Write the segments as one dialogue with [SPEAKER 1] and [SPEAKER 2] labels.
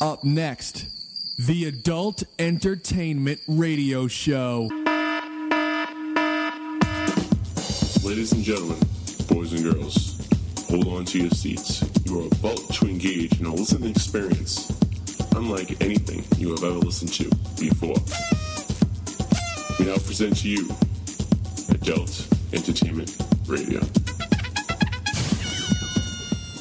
[SPEAKER 1] Up next, the Adult Entertainment Radio Show.
[SPEAKER 2] Ladies and gentlemen, boys and girls, hold on to your seats. You are about to engage in a listening experience unlike anything you have ever listened to before. We now present to you Adult Entertainment Radio.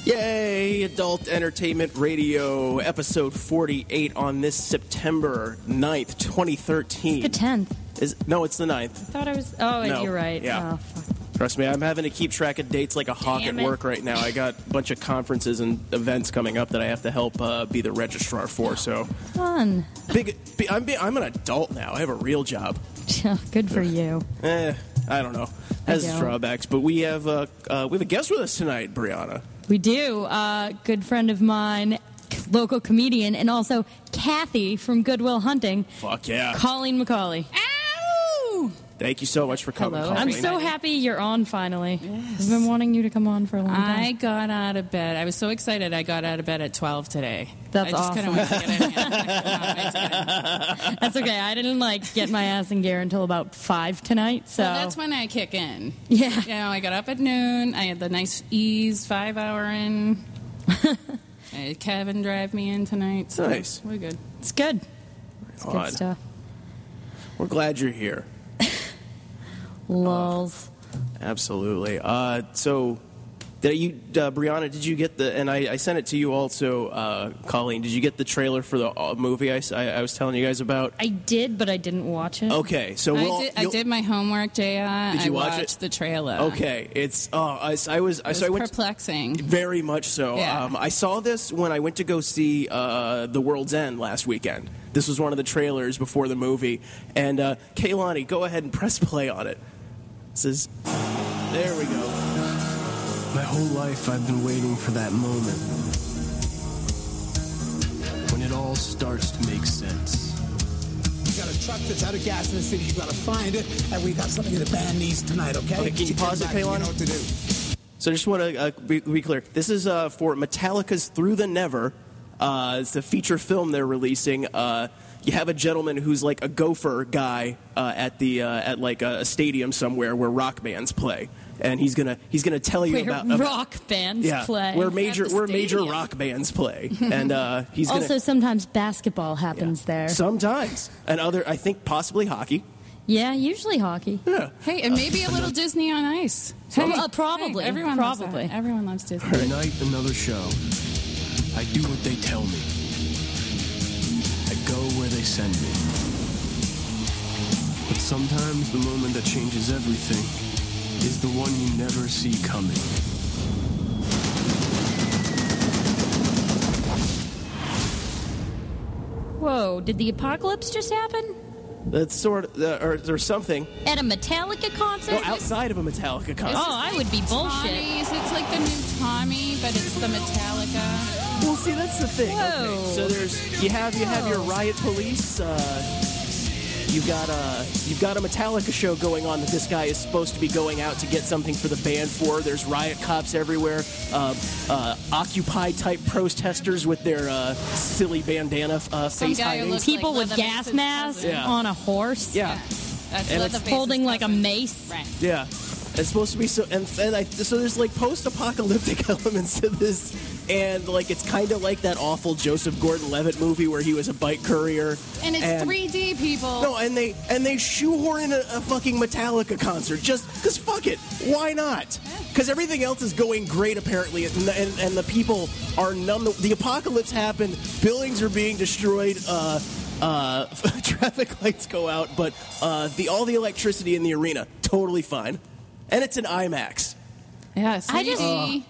[SPEAKER 3] Yay! Adult Entertainment Radio, episode 48 on this September 9th, 2013.
[SPEAKER 4] The 10th.
[SPEAKER 3] Is, no, it's the 9th.
[SPEAKER 4] Thought I was. Oh,
[SPEAKER 3] No.
[SPEAKER 4] you're right.
[SPEAKER 3] Yeah.
[SPEAKER 4] Oh, fuck.
[SPEAKER 3] Trust me, I'm having to keep track of dates like a hawk
[SPEAKER 4] Damn
[SPEAKER 3] at
[SPEAKER 4] it.
[SPEAKER 3] work right now. I got a bunch of conferences and events coming up that I have to help uh, be the registrar for. So,
[SPEAKER 4] Fun.
[SPEAKER 3] big, big, I'm, big, I'm an adult now. I have a real job.
[SPEAKER 4] Oh, Good for you.
[SPEAKER 3] Eh, I don't know.
[SPEAKER 4] I
[SPEAKER 3] Has its
[SPEAKER 4] don't.
[SPEAKER 3] drawbacks, but we have uh, uh, we have a guest with us tonight, Brianna.
[SPEAKER 4] We do. Uh, good friend of mine, c- local comedian, and also Kathy from Goodwill Hunting,
[SPEAKER 3] Fuck yeah!
[SPEAKER 4] Colleen McCauley.
[SPEAKER 3] Oh
[SPEAKER 5] Ow!
[SPEAKER 3] Thank you so much for coming.
[SPEAKER 5] Hello,
[SPEAKER 4] I'm
[SPEAKER 3] Colleen.
[SPEAKER 4] so happy you're on finally. I've been wanting you to come on for a long time.
[SPEAKER 5] I got out of bed. I was so excited. I got out of bed at 12 today.
[SPEAKER 4] That's
[SPEAKER 5] I just
[SPEAKER 4] awesome.
[SPEAKER 5] couldn't wait to get in. I couldn't wait to get in.
[SPEAKER 4] That's okay. I didn't like get my ass in gear until about five tonight. So
[SPEAKER 5] Well, that's when I kick in.
[SPEAKER 4] Yeah.
[SPEAKER 5] You know, I got up at noon. I had the nice ease five hour in. I had Kevin drive me in tonight. So
[SPEAKER 3] Nice.
[SPEAKER 5] We're good.
[SPEAKER 4] it's good. It's good
[SPEAKER 3] God.
[SPEAKER 4] stuff.
[SPEAKER 3] We're glad you're here.
[SPEAKER 4] Lols.
[SPEAKER 3] Absolutely. Uh, so, did you, uh, Brianna? Did you get the? And I, I sent it to you also, uh, Colleen. Did you get the trailer for the uh, movie I, s- I- I was telling you guys about?
[SPEAKER 4] I did, but I didn't watch it.
[SPEAKER 3] Okay, so we'll,
[SPEAKER 5] I, did, I
[SPEAKER 3] you'll-
[SPEAKER 5] did my homework, JR.
[SPEAKER 3] Did you
[SPEAKER 5] I
[SPEAKER 3] watch it?
[SPEAKER 5] watched the trailer.
[SPEAKER 3] Okay, it's oh, I, s- I was, I
[SPEAKER 5] It was
[SPEAKER 3] so I went. to-
[SPEAKER 5] perplexing.
[SPEAKER 3] very much so.
[SPEAKER 5] Yeah.
[SPEAKER 3] Um, I saw this when I went to go see uh, The World's End last weekend. This was one of the trailers before the movie. And uh, Kaylani, go ahead and press play on it. This is. There we go.
[SPEAKER 6] My whole life I've been waiting for that moment. When it all starts to make sense.
[SPEAKER 7] You got a truck that's out of gas in the city. You got to find it, and we got something the band needs tonight. Okay?
[SPEAKER 3] Okay, can you pause it,
[SPEAKER 7] Back, You
[SPEAKER 3] Kalon?
[SPEAKER 7] know what to do.
[SPEAKER 3] So I just want to uh, be, be clear. This is uh, for Metallica's Through the Never. Uh, it's the feature film they're releasing. Uh, you have a gentleman who's like a gopher guy uh, at the uh, at like a stadium somewhere where rock bands play, and he's gonna he's gonna tell you
[SPEAKER 4] Where
[SPEAKER 3] about
[SPEAKER 4] rock bands
[SPEAKER 3] yeah
[SPEAKER 4] play.
[SPEAKER 3] where major
[SPEAKER 5] the
[SPEAKER 3] where major
[SPEAKER 5] stadium.
[SPEAKER 3] rock bands play, and uh, he's
[SPEAKER 4] also,
[SPEAKER 3] gonna,
[SPEAKER 4] sometimes basketball happens there.
[SPEAKER 3] sometimes and other I think possibly hockey.
[SPEAKER 4] yeah, usually hockey.
[SPEAKER 5] Hey, and maybe a little Disney on Ice. Hey,
[SPEAKER 4] Uh, probably.
[SPEAKER 5] hey, everyone
[SPEAKER 4] Probably.
[SPEAKER 5] Loves that. Everyone loves Disney.
[SPEAKER 6] Tonight, another show. I do what they tell me. I go where they send me. But sometimes the moment that changes everything is the one you never see coming.
[SPEAKER 4] Whoa, did the apocalypse just happen?
[SPEAKER 3] That's sort of uh, or, or something.
[SPEAKER 4] At a Metallica concert?
[SPEAKER 3] Well, outside of a Metallica concert.
[SPEAKER 4] Oh, I would be bullshit.
[SPEAKER 5] Tommy's. It's like the new Tommy, but it's the Metallica.
[SPEAKER 3] Well, see, that's the thing.
[SPEAKER 4] Whoa.
[SPEAKER 3] So there's you have you have your riot police. Uh, you've got a you've got a Metallica show going on that this guy is supposed to be going out to get something for the band for. There's riot cops everywhere. Uh, uh, Occupy type protesters with their uh, silly bandana uh,
[SPEAKER 5] Some
[SPEAKER 3] face
[SPEAKER 5] guy who
[SPEAKER 3] hiding.
[SPEAKER 5] looks-
[SPEAKER 4] People
[SPEAKER 5] Like
[SPEAKER 4] with
[SPEAKER 5] Leatherface's
[SPEAKER 4] gas
[SPEAKER 5] cousin.
[SPEAKER 4] masks
[SPEAKER 3] Yeah.
[SPEAKER 4] on a horse.
[SPEAKER 3] yeah.
[SPEAKER 5] That's
[SPEAKER 3] And
[SPEAKER 5] Leatherface's
[SPEAKER 3] it's
[SPEAKER 4] Holding like a
[SPEAKER 5] cousin.
[SPEAKER 4] mace.
[SPEAKER 5] Right.
[SPEAKER 3] Yeah. It's supposed to be so, and, and I, so there's like post-apocalyptic elements to this, and like it's kind of like that awful Joseph Gordon-Levitt movie where he was a bike courier,
[SPEAKER 5] And it's 3D people.
[SPEAKER 3] No, and they and they shoehorn in a, a fucking Metallica concert just because fuck it, why not? Because everything else is going great apparently, and the, and, and the people are numb. The, the apocalypse happened, buildings are being destroyed, uh, uh, traffic lights go out, but uh, the all the electricity in the arena totally fine, and it's an IMAX.
[SPEAKER 5] Yeah, 3D.
[SPEAKER 4] I just-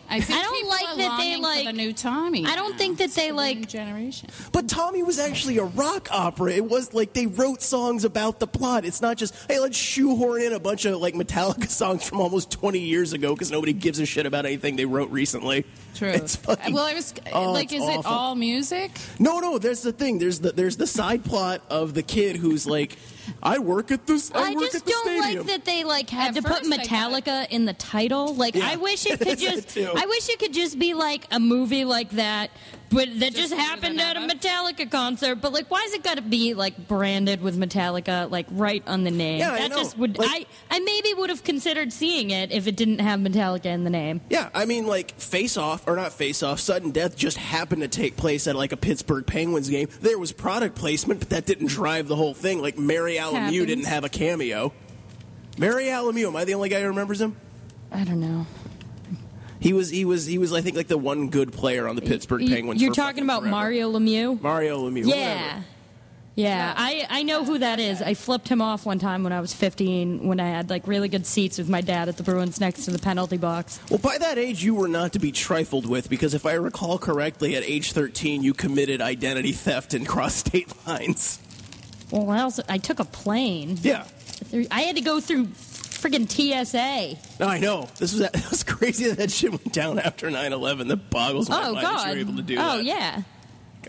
[SPEAKER 5] I, think
[SPEAKER 4] I don't
[SPEAKER 5] people
[SPEAKER 4] like that
[SPEAKER 5] are
[SPEAKER 4] they,
[SPEAKER 5] longing
[SPEAKER 4] like-
[SPEAKER 5] for the new Tommy.
[SPEAKER 4] I don't
[SPEAKER 5] now.
[SPEAKER 4] think that
[SPEAKER 5] It's
[SPEAKER 4] they,
[SPEAKER 5] the new
[SPEAKER 4] like-
[SPEAKER 5] generation.
[SPEAKER 3] But Tommy was actually a rock opera. It was like they wrote songs about the plot. It's not just hey, let's shoehorn in a bunch of like Metallica songs from almost 20 years ago because nobody gives a shit about anything they wrote recently.
[SPEAKER 5] True.
[SPEAKER 3] It's fucking-
[SPEAKER 5] well, I was
[SPEAKER 3] Oh,
[SPEAKER 5] like,
[SPEAKER 3] it's
[SPEAKER 5] is it
[SPEAKER 3] awful.
[SPEAKER 5] all music?
[SPEAKER 3] No, no. There's the thing. There's the there's the side plot of the kid who's like, I work at this. I,
[SPEAKER 4] I
[SPEAKER 3] work
[SPEAKER 4] just
[SPEAKER 3] at the
[SPEAKER 4] don't
[SPEAKER 3] stadium.
[SPEAKER 4] like that they like had to
[SPEAKER 5] At
[SPEAKER 4] put
[SPEAKER 5] first I got
[SPEAKER 4] Metallica in the title. Like
[SPEAKER 3] Yeah.
[SPEAKER 4] I wish it could just
[SPEAKER 3] too.
[SPEAKER 4] I wish it could just be like a movie like that but that just,
[SPEAKER 5] Just
[SPEAKER 4] happened at
[SPEAKER 5] under
[SPEAKER 4] a
[SPEAKER 5] the
[SPEAKER 4] Metallica concert. But like why is it got to be like branded with Metallica like right on the name?
[SPEAKER 3] Yeah, I
[SPEAKER 4] that
[SPEAKER 3] know.
[SPEAKER 4] just would
[SPEAKER 3] Like-
[SPEAKER 4] I I maybe would have considered seeing it if it didn't have Metallica in the name.
[SPEAKER 3] Yeah, I mean, like Face Off or not Face Off, Sudden Death just happened to take place at like a Pittsburgh Penguins game. There was product placement, but that didn't drive the whole thing. Like Mary Alamu
[SPEAKER 5] Happens.
[SPEAKER 3] didn't have a cameo. Mary Alamu, am I the only guy who remembers him?
[SPEAKER 4] I don't know.
[SPEAKER 3] He was, he was, he was. I think like the one good player on the Pittsburgh
[SPEAKER 4] You-
[SPEAKER 3] Penguins.
[SPEAKER 4] You're
[SPEAKER 3] for
[SPEAKER 4] talking
[SPEAKER 3] fucking
[SPEAKER 4] about
[SPEAKER 3] forever.
[SPEAKER 4] Mario Lemieux?
[SPEAKER 3] Mario Lemieux.
[SPEAKER 4] Yeah. Yeah, I, I know who that is. I flipped him off one time when I was 15 when I had like really good seats with my dad at the Bruins next to the penalty box.
[SPEAKER 3] Well, by that age, you were not to be trifled with because if I recall correctly, at age 13, you committed identity theft and crossed state lines.
[SPEAKER 4] Well, I also I took a plane.
[SPEAKER 3] Yeah.
[SPEAKER 4] I had to go through friggin' TSA.
[SPEAKER 3] No, I know. This was, that was crazy that that shit went down after 9 11. That boggles my
[SPEAKER 4] Oh
[SPEAKER 3] mind
[SPEAKER 4] god.
[SPEAKER 3] that you were able to do
[SPEAKER 4] oh
[SPEAKER 3] that.
[SPEAKER 4] yeah.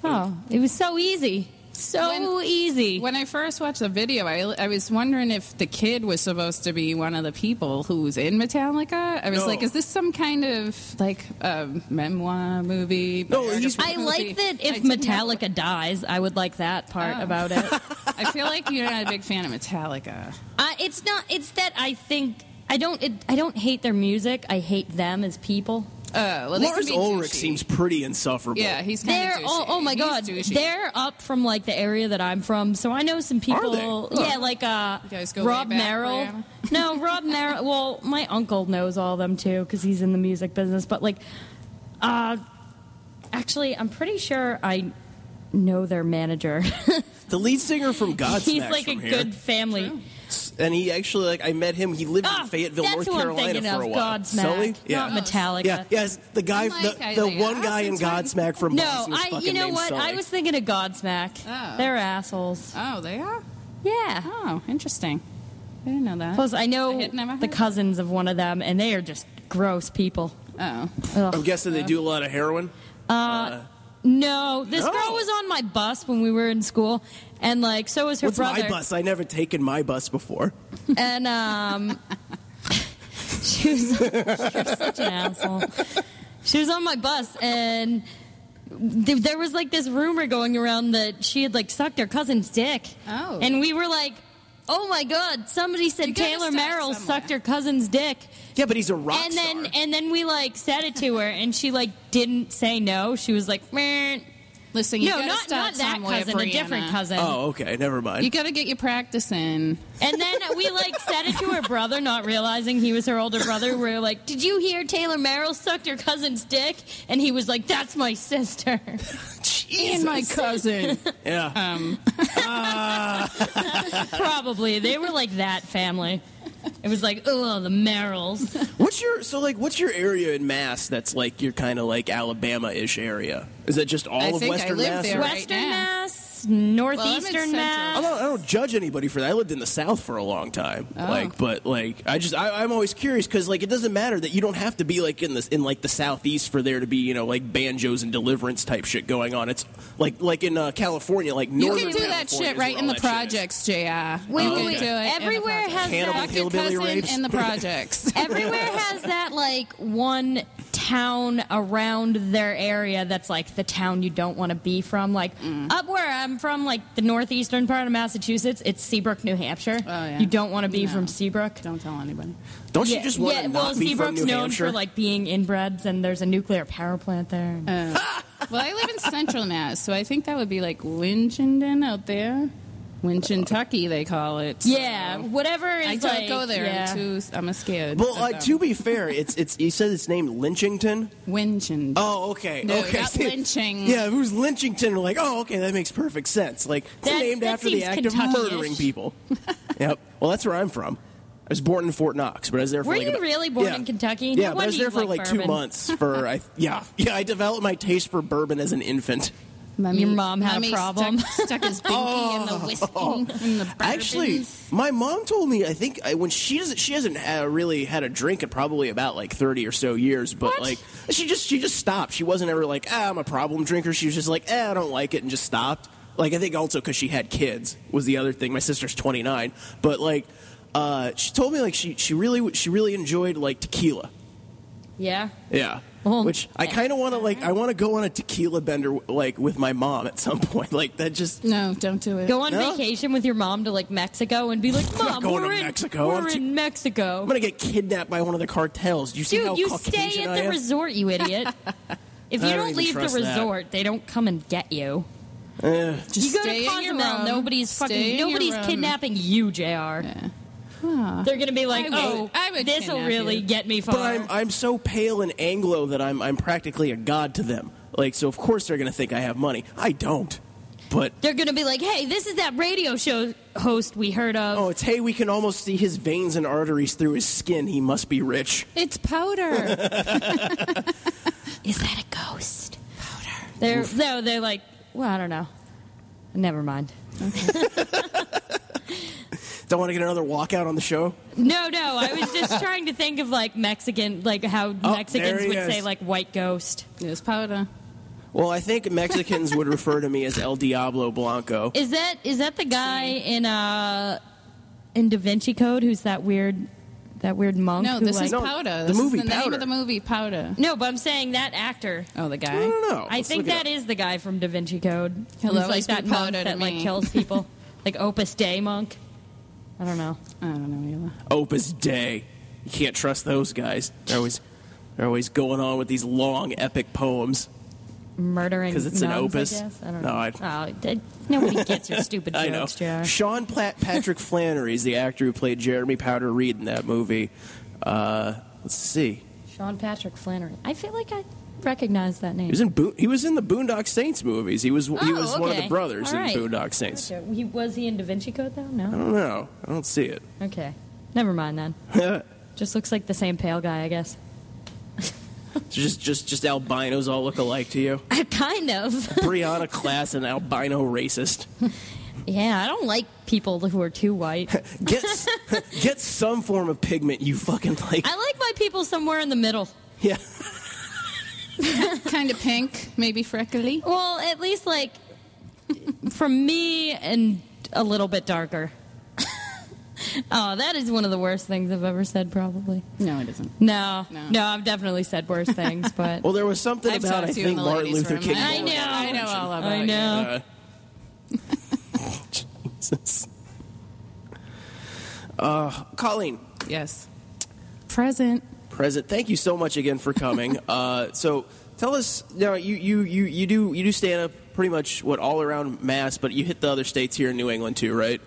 [SPEAKER 4] Oh, it was so easy. So
[SPEAKER 5] When-
[SPEAKER 4] easy.
[SPEAKER 5] When I first watched the video, I, I was wondering if the kid was supposed to be one of the people who's in Metallica. I was
[SPEAKER 3] No.
[SPEAKER 5] like, is this some kind of like um memoir movie?
[SPEAKER 3] No, he's-
[SPEAKER 5] biography
[SPEAKER 4] I like
[SPEAKER 5] movie?
[SPEAKER 4] that
[SPEAKER 5] I
[SPEAKER 4] if
[SPEAKER 5] didn't have-
[SPEAKER 4] Metallica dies, I would like that part
[SPEAKER 5] Oh.
[SPEAKER 4] about it.
[SPEAKER 5] I feel like you're not a big fan of Metallica.
[SPEAKER 4] Uh, it's not. It's that I think I don't. It, I don't hate their music. I hate them as people.
[SPEAKER 5] Uh, well, they can
[SPEAKER 3] Lars
[SPEAKER 5] be
[SPEAKER 3] Ulrich
[SPEAKER 5] douchey.
[SPEAKER 3] seems pretty insufferable.
[SPEAKER 5] Yeah, he's kind
[SPEAKER 4] They're
[SPEAKER 5] of
[SPEAKER 4] oh, oh my god. They're up from like the area that I'm from, so I know some people.
[SPEAKER 3] they?
[SPEAKER 4] Yeah, like uh,
[SPEAKER 5] guys go way
[SPEAKER 4] Rob
[SPEAKER 5] back,
[SPEAKER 4] Merrill.
[SPEAKER 5] Brianna.
[SPEAKER 4] No, Rob Merrill. Well, my uncle knows all them too because he's in the music business. But like, uh, actually, I'm pretty sure I know their manager.
[SPEAKER 3] The lead singer from Godsmack
[SPEAKER 4] he's like a
[SPEAKER 3] from here,
[SPEAKER 4] good family.
[SPEAKER 3] and he actually like I met him. He lived
[SPEAKER 4] Ah,
[SPEAKER 3] in Fayetteville,
[SPEAKER 4] that's
[SPEAKER 3] North
[SPEAKER 4] who I'm
[SPEAKER 3] Carolina,
[SPEAKER 4] thinking
[SPEAKER 3] for
[SPEAKER 4] of,
[SPEAKER 3] a while.
[SPEAKER 4] Godsmack,
[SPEAKER 3] Sully, yeah,
[SPEAKER 4] not Metallica.
[SPEAKER 3] yeah, yes, the guy,
[SPEAKER 5] I'm like,
[SPEAKER 3] the,
[SPEAKER 5] I-
[SPEAKER 3] the
[SPEAKER 5] like,
[SPEAKER 3] one guy in
[SPEAKER 5] oftentimes-
[SPEAKER 3] Godsmack from
[SPEAKER 4] No,
[SPEAKER 3] Boston was
[SPEAKER 4] I.
[SPEAKER 3] fucking
[SPEAKER 4] You know
[SPEAKER 3] named
[SPEAKER 4] what? I
[SPEAKER 3] Sully.
[SPEAKER 4] was thinking of Godsmack.
[SPEAKER 5] Oh.
[SPEAKER 4] They're assholes.
[SPEAKER 5] Oh, they are.
[SPEAKER 4] Yeah.
[SPEAKER 5] Oh, interesting. I didn't know that.
[SPEAKER 4] Plus, I know
[SPEAKER 5] I had never
[SPEAKER 4] the
[SPEAKER 5] heard.
[SPEAKER 4] cousins of one of them, and they are just gross people.
[SPEAKER 5] Oh,
[SPEAKER 3] I'm guessing they do a lot of heroin.
[SPEAKER 4] No, this
[SPEAKER 3] No.
[SPEAKER 4] girl was on my bus when we were in school, and like so was her
[SPEAKER 3] What's
[SPEAKER 4] brother.
[SPEAKER 3] my bus? I never taken my bus before.
[SPEAKER 4] And um, she was you're such an asshole. She was on my bus, and th- there was like this rumor going around that she had like sucked her cousin's dick.
[SPEAKER 5] Oh.
[SPEAKER 4] and we were like, "Oh my god!" Somebody said
[SPEAKER 5] You gotta
[SPEAKER 4] Taylor
[SPEAKER 5] start
[SPEAKER 4] Merrill
[SPEAKER 5] somewhere.
[SPEAKER 4] sucked her cousin's dick.
[SPEAKER 3] Yeah, but he's a rock
[SPEAKER 4] and
[SPEAKER 3] star.
[SPEAKER 4] then and then we like said it to her, and she like didn't say no. She was like, "Meh."
[SPEAKER 5] listen. You
[SPEAKER 4] "No,
[SPEAKER 5] gotta
[SPEAKER 4] not
[SPEAKER 5] start
[SPEAKER 4] not that
[SPEAKER 5] some way,
[SPEAKER 4] cousin, a different
[SPEAKER 5] Brianna.
[SPEAKER 4] cousin."
[SPEAKER 3] oh, okay, never mind.
[SPEAKER 5] You got to get your practice in.
[SPEAKER 4] And then we like said it to her brother, not realizing he was her older brother. We were like, "Did you hear Taylor Merrill sucked your cousin's dick?" And he was like, "That's my sister."
[SPEAKER 5] And my cousin.
[SPEAKER 3] yeah.
[SPEAKER 4] Probably they were like that family. It was like, "Oh, the Merrills."
[SPEAKER 3] What's your so like? What's your area in Mass that's like your kind of like Alabama-ish area? Is that just all
[SPEAKER 5] I
[SPEAKER 3] of
[SPEAKER 5] think I
[SPEAKER 3] Western
[SPEAKER 5] live
[SPEAKER 3] Mass?
[SPEAKER 5] there.
[SPEAKER 3] or-
[SPEAKER 5] Right
[SPEAKER 4] Western
[SPEAKER 5] now.
[SPEAKER 4] Mass,
[SPEAKER 5] Well, I'm in
[SPEAKER 4] Northeastern
[SPEAKER 5] Central.
[SPEAKER 3] I
[SPEAKER 4] Mass.
[SPEAKER 3] don't, I don't judge anybody for that. I lived in the South for a long time,
[SPEAKER 5] Oh.
[SPEAKER 3] like, but like, I just I, I'm always curious because like it doesn't matter that you don't have to be like in this in like the Southeast for there to be you know like banjos and deliverance type shit going on. It's like like in uh, California, like
[SPEAKER 5] You
[SPEAKER 3] Northern
[SPEAKER 5] can do that
[SPEAKER 3] California
[SPEAKER 5] shit
[SPEAKER 3] is
[SPEAKER 5] right
[SPEAKER 3] where
[SPEAKER 5] in
[SPEAKER 3] all
[SPEAKER 5] the
[SPEAKER 3] that shit is.
[SPEAKER 5] projects, Jr.
[SPEAKER 4] Wait,
[SPEAKER 5] You
[SPEAKER 4] wait,
[SPEAKER 5] can
[SPEAKER 4] wait.
[SPEAKER 5] do it in the
[SPEAKER 4] Everywhere
[SPEAKER 5] projects.
[SPEAKER 4] has
[SPEAKER 3] Cannibal
[SPEAKER 4] that.
[SPEAKER 5] Fuck your
[SPEAKER 3] hillbilly
[SPEAKER 5] cousin
[SPEAKER 3] rapes.
[SPEAKER 5] in the projects.
[SPEAKER 4] Everywhere has that like one town around their area that's like the town you don't want to be from. Like
[SPEAKER 5] Mm.
[SPEAKER 4] up where I'm from, like the northeastern part of Massachusetts, it's Seabrook, New Hampshire.
[SPEAKER 5] Oh, yeah.
[SPEAKER 4] You don't want to be
[SPEAKER 5] No.
[SPEAKER 4] from Seabrook.
[SPEAKER 5] Don't tell anybody.
[SPEAKER 3] Don't you just want to
[SPEAKER 4] yeah,
[SPEAKER 3] not
[SPEAKER 4] well,
[SPEAKER 3] be
[SPEAKER 4] Seabrook's
[SPEAKER 3] from New
[SPEAKER 4] known
[SPEAKER 3] Hampshire?
[SPEAKER 4] for like being inbreds, and there's a nuclear power plant there.
[SPEAKER 5] Uh, Well, I live in Central Mass, so I think that would be like Winchendon out there. Winchentucky, they call it. so-
[SPEAKER 4] yeah, whatever is
[SPEAKER 5] I don't
[SPEAKER 4] like,
[SPEAKER 5] go there.
[SPEAKER 4] yeah.
[SPEAKER 5] I'm too. I'm scared.
[SPEAKER 3] well,
[SPEAKER 5] of
[SPEAKER 3] uh,
[SPEAKER 5] them.
[SPEAKER 3] to be fair, it's it's you said it's named Lynchington.
[SPEAKER 5] Winchendon.
[SPEAKER 3] Oh, okay.
[SPEAKER 5] No,
[SPEAKER 3] okay.
[SPEAKER 5] not lynching.
[SPEAKER 3] Yeah, if it was lynchington, we're like, oh, okay, that makes perfect sense. Like, it's
[SPEAKER 4] That-
[SPEAKER 3] named
[SPEAKER 4] that
[SPEAKER 3] after the
[SPEAKER 4] seems
[SPEAKER 3] act of
[SPEAKER 4] Kentucky-ish.
[SPEAKER 3] murdering people. yep. Well, that's where I'm from. I was born in Fort Knox, but I was there for
[SPEAKER 4] Were
[SPEAKER 3] like
[SPEAKER 4] you
[SPEAKER 3] about-
[SPEAKER 4] really born
[SPEAKER 3] Yeah.
[SPEAKER 4] in Kentucky?
[SPEAKER 3] Yeah,
[SPEAKER 4] No
[SPEAKER 3] but I
[SPEAKER 4] wonder
[SPEAKER 3] was
[SPEAKER 4] you
[SPEAKER 3] there for
[SPEAKER 4] like
[SPEAKER 3] like two
[SPEAKER 4] bourbon.
[SPEAKER 3] months. For I, yeah, yeah, I developed my taste for bourbon as an infant.
[SPEAKER 5] Mummy,
[SPEAKER 4] Your mom had a
[SPEAKER 5] mummy
[SPEAKER 4] problem.
[SPEAKER 5] Stuck, stuck his binky in
[SPEAKER 3] Oh.
[SPEAKER 5] the whiskey. In the
[SPEAKER 3] Actually,
[SPEAKER 5] bourbons.
[SPEAKER 3] my mom told me I think I, when she doesn't she hasn't uh, really had a drink in probably about like thirty or so years, but like she just she just stopped. She wasn't ever like ah, I'm a problem drinker. She was just like eh, I don't like it and just stopped. Like I think also because she had kids was the other thing. My sister's 29, but like uh, she told me like she she really she really enjoyed like tequila.
[SPEAKER 4] Yeah.
[SPEAKER 3] Yeah.
[SPEAKER 4] Well,
[SPEAKER 3] Which I kind of want to like. I want to go on a tequila bender like with my mom at some point. Like that just
[SPEAKER 5] no, don't do it.
[SPEAKER 4] Go on
[SPEAKER 3] No.
[SPEAKER 4] vacation with your mom to like Mexico and be like,
[SPEAKER 3] not
[SPEAKER 4] Mom,
[SPEAKER 3] going
[SPEAKER 4] we're
[SPEAKER 3] to
[SPEAKER 4] in
[SPEAKER 3] Mexico.
[SPEAKER 4] We're
[SPEAKER 3] I'm too-
[SPEAKER 4] in Mexico.
[SPEAKER 3] I'm gonna get kidnapped by one of the cartels. Do you see how
[SPEAKER 4] Dude, you
[SPEAKER 3] Caucasian
[SPEAKER 4] stay
[SPEAKER 3] I
[SPEAKER 4] at the
[SPEAKER 3] am?
[SPEAKER 4] resort, you idiot. If you
[SPEAKER 3] I don't
[SPEAKER 4] don't,
[SPEAKER 3] even
[SPEAKER 4] leave the
[SPEAKER 3] trust that.
[SPEAKER 4] resort, they don't come and get you.
[SPEAKER 5] Just
[SPEAKER 4] You go
[SPEAKER 5] stay
[SPEAKER 4] to
[SPEAKER 5] in your
[SPEAKER 4] Cozumel,
[SPEAKER 5] room.
[SPEAKER 4] nobody's
[SPEAKER 5] Stay
[SPEAKER 4] fucking
[SPEAKER 5] in your
[SPEAKER 4] nobody's
[SPEAKER 5] room.
[SPEAKER 4] kidnapping you, JR. They're gonna be like,
[SPEAKER 5] I would-
[SPEAKER 4] "Oh,
[SPEAKER 5] I would
[SPEAKER 4] this will
[SPEAKER 5] kidnap
[SPEAKER 4] really
[SPEAKER 5] you."
[SPEAKER 4] get me far."
[SPEAKER 3] But I'm I'm so pale and Anglo that I'm I'm practically a god to them. Like so, of course they're gonna think I have money. I don't. But
[SPEAKER 4] They're gonna be like, "Hey, this is that radio show host we heard of."
[SPEAKER 3] oh, it's hey, we can almost see his veins and arteries through his skin. He must be rich.
[SPEAKER 5] It's powder.
[SPEAKER 4] Is that a ghost? They're no, they're like, well, I don't know. Never mind.
[SPEAKER 3] Don't want to get another walkout on the show.
[SPEAKER 4] No, no, I was just trying to think of like Mexican, like how
[SPEAKER 3] Oh, there
[SPEAKER 4] Mexicans
[SPEAKER 3] he
[SPEAKER 4] would say
[SPEAKER 3] is.
[SPEAKER 4] like white ghost.
[SPEAKER 5] it's powder.
[SPEAKER 3] Well, I think Mexicans would refer to me as El Diablo Blanco.
[SPEAKER 4] Is that is that the guy in uh in Da Vinci Code who's that weird that weird monk?
[SPEAKER 5] No,
[SPEAKER 4] who,
[SPEAKER 5] this
[SPEAKER 4] like,
[SPEAKER 5] is
[SPEAKER 3] No,
[SPEAKER 5] powder.
[SPEAKER 3] the
[SPEAKER 5] This
[SPEAKER 3] movie
[SPEAKER 5] is the name
[SPEAKER 3] Powder.
[SPEAKER 5] of the movie powder.
[SPEAKER 4] no, but I'm saying that actor.
[SPEAKER 5] Oh, the
[SPEAKER 3] I
[SPEAKER 5] guy.
[SPEAKER 3] don't know.
[SPEAKER 4] I think that is the guy from Da Vinci Code.
[SPEAKER 5] He'll
[SPEAKER 4] Who's like
[SPEAKER 5] always
[SPEAKER 4] that
[SPEAKER 5] be
[SPEAKER 4] monk
[SPEAKER 5] powder to
[SPEAKER 4] that like
[SPEAKER 5] me.
[SPEAKER 4] kills people, like Opus Dei monk. I don't know.
[SPEAKER 5] I don't know. Mila.
[SPEAKER 3] Opus Day. You can't trust those guys. They're always they're always going on with these long epic poems.
[SPEAKER 4] murdering
[SPEAKER 3] 'Cause it's an
[SPEAKER 4] nuns,
[SPEAKER 3] opus.
[SPEAKER 4] I, guess? I don't
[SPEAKER 3] No,
[SPEAKER 4] know.
[SPEAKER 3] I-
[SPEAKER 4] Oh, d- nobody gets your stupid
[SPEAKER 3] I know.
[SPEAKER 4] jokes, JR.
[SPEAKER 3] Sean Pla- Patrick Flannery is the actor who played Jeremy Powder Reed in that movie. Uh, let's see.
[SPEAKER 4] Sean Patrick Flannery. I feel like I recognize that name.
[SPEAKER 3] He was in Bo- he was in the Boondock Saints movies. He was he
[SPEAKER 4] Oh,
[SPEAKER 3] was one of the
[SPEAKER 4] okay.
[SPEAKER 3] brothers
[SPEAKER 4] All right.
[SPEAKER 3] in Boondock Saints.
[SPEAKER 4] Okay, He was he in Da Vinci Code though? No.
[SPEAKER 3] I don't know. I don't see it.
[SPEAKER 4] Okay. Never mind then. Just looks like the same pale guy, I guess.
[SPEAKER 3] just just just albinos all look alike to you.
[SPEAKER 4] kind of.
[SPEAKER 3] Brianna Class, an albino racist.
[SPEAKER 4] Yeah, I don't like people who are too white.
[SPEAKER 3] Get s- get some form of pigment you fucking like.
[SPEAKER 4] I like my people somewhere in the middle.
[SPEAKER 3] Yeah.
[SPEAKER 5] kind of pink, maybe freckly.
[SPEAKER 4] Well, at least like from me and a little bit darker. oh, that is one of the worst things I've ever said, probably.
[SPEAKER 5] No, it isn't.
[SPEAKER 4] No, no,
[SPEAKER 5] No.
[SPEAKER 4] I've definitely said worse things, but
[SPEAKER 3] Well, there was something
[SPEAKER 5] I've
[SPEAKER 3] about
[SPEAKER 5] talked
[SPEAKER 3] I
[SPEAKER 5] to you in
[SPEAKER 3] think
[SPEAKER 5] the
[SPEAKER 3] Martin
[SPEAKER 5] ladies'
[SPEAKER 3] Luther
[SPEAKER 5] room.
[SPEAKER 3] King.
[SPEAKER 4] I know,
[SPEAKER 5] I know all about
[SPEAKER 4] I
[SPEAKER 5] you.
[SPEAKER 4] know.
[SPEAKER 3] Uh, Jesus. Uh, Colleen,
[SPEAKER 5] Yes. Present.
[SPEAKER 3] present. Thank you so much again for coming. uh, so tell us now. You you you you do you do stand up pretty much what all around Mass, but you hit the other states here in New England too, right?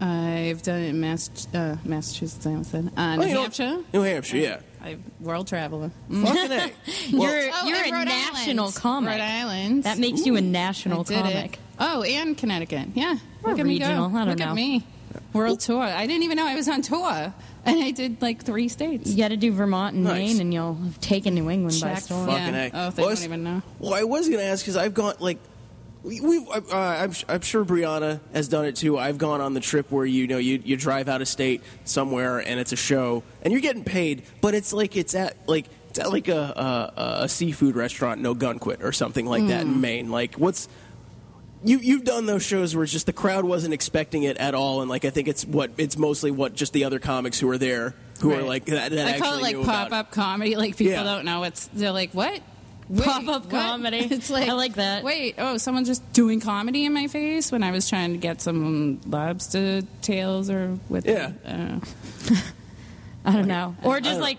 [SPEAKER 5] I've done it in Mass- uh, Massachusetts, I almost said.
[SPEAKER 4] Oh,
[SPEAKER 5] Uh, New
[SPEAKER 3] Oh, you know-
[SPEAKER 5] Hampshire. Mm,
[SPEAKER 3] New Hampshire, yeah.
[SPEAKER 5] I world traveler.
[SPEAKER 3] Fucking A.
[SPEAKER 4] you're,
[SPEAKER 5] Oh,
[SPEAKER 4] you're
[SPEAKER 5] and
[SPEAKER 4] a
[SPEAKER 5] Rhode
[SPEAKER 4] national
[SPEAKER 5] Island.
[SPEAKER 4] comic.
[SPEAKER 5] Rhode Island.
[SPEAKER 4] That makes you a
[SPEAKER 5] I
[SPEAKER 4] national
[SPEAKER 5] did it.
[SPEAKER 4] comic.
[SPEAKER 5] Oh, and Connecticut. Yeah.
[SPEAKER 4] We're
[SPEAKER 5] Look at me go.
[SPEAKER 4] regional. I don't
[SPEAKER 5] Look
[SPEAKER 4] know.
[SPEAKER 5] at me. World tour. I didn't even know I was on tour. And I did like three states.
[SPEAKER 4] You got to do Vermont and
[SPEAKER 3] Nice.
[SPEAKER 4] Maine, and you'll have taken New England by
[SPEAKER 5] Check.
[SPEAKER 4] storm.
[SPEAKER 5] Yeah.
[SPEAKER 3] Fucking A.
[SPEAKER 5] Oh, they
[SPEAKER 3] Well,
[SPEAKER 5] don't
[SPEAKER 3] it's-
[SPEAKER 5] even know.
[SPEAKER 3] Well, I was going to ask because I've gone like we, we've. Uh, I'm, I'm sure Brianna has done it too. I've gone on the trip where you know you you drive out of state somewhere and it's a show and you're getting paid, but it's like it's at like. It's at like a, a, a seafood restaurant, no Gunquit or something like that
[SPEAKER 5] Mm.
[SPEAKER 3] in Maine. Like, what's you you've done those shows where it's just the crowd wasn't expecting it at all, and like I think it's what it's mostly what just the other comics who are there who are
[SPEAKER 5] Right.
[SPEAKER 3] like that. that
[SPEAKER 5] I call it
[SPEAKER 3] actually
[SPEAKER 5] like
[SPEAKER 3] knew about
[SPEAKER 5] pop
[SPEAKER 3] it.
[SPEAKER 5] up comedy. Like people
[SPEAKER 3] Yeah.
[SPEAKER 5] don't know what's. They're like, what?
[SPEAKER 4] Pop up
[SPEAKER 5] what?
[SPEAKER 4] comedy.
[SPEAKER 5] It's like
[SPEAKER 4] I like that.
[SPEAKER 5] Wait, oh, someone's just doing comedy in my face when I was trying to get some lobster tails or with. uh,
[SPEAKER 3] Yeah.
[SPEAKER 5] I don't know.
[SPEAKER 4] I don't know. Or just
[SPEAKER 3] don't-
[SPEAKER 4] like,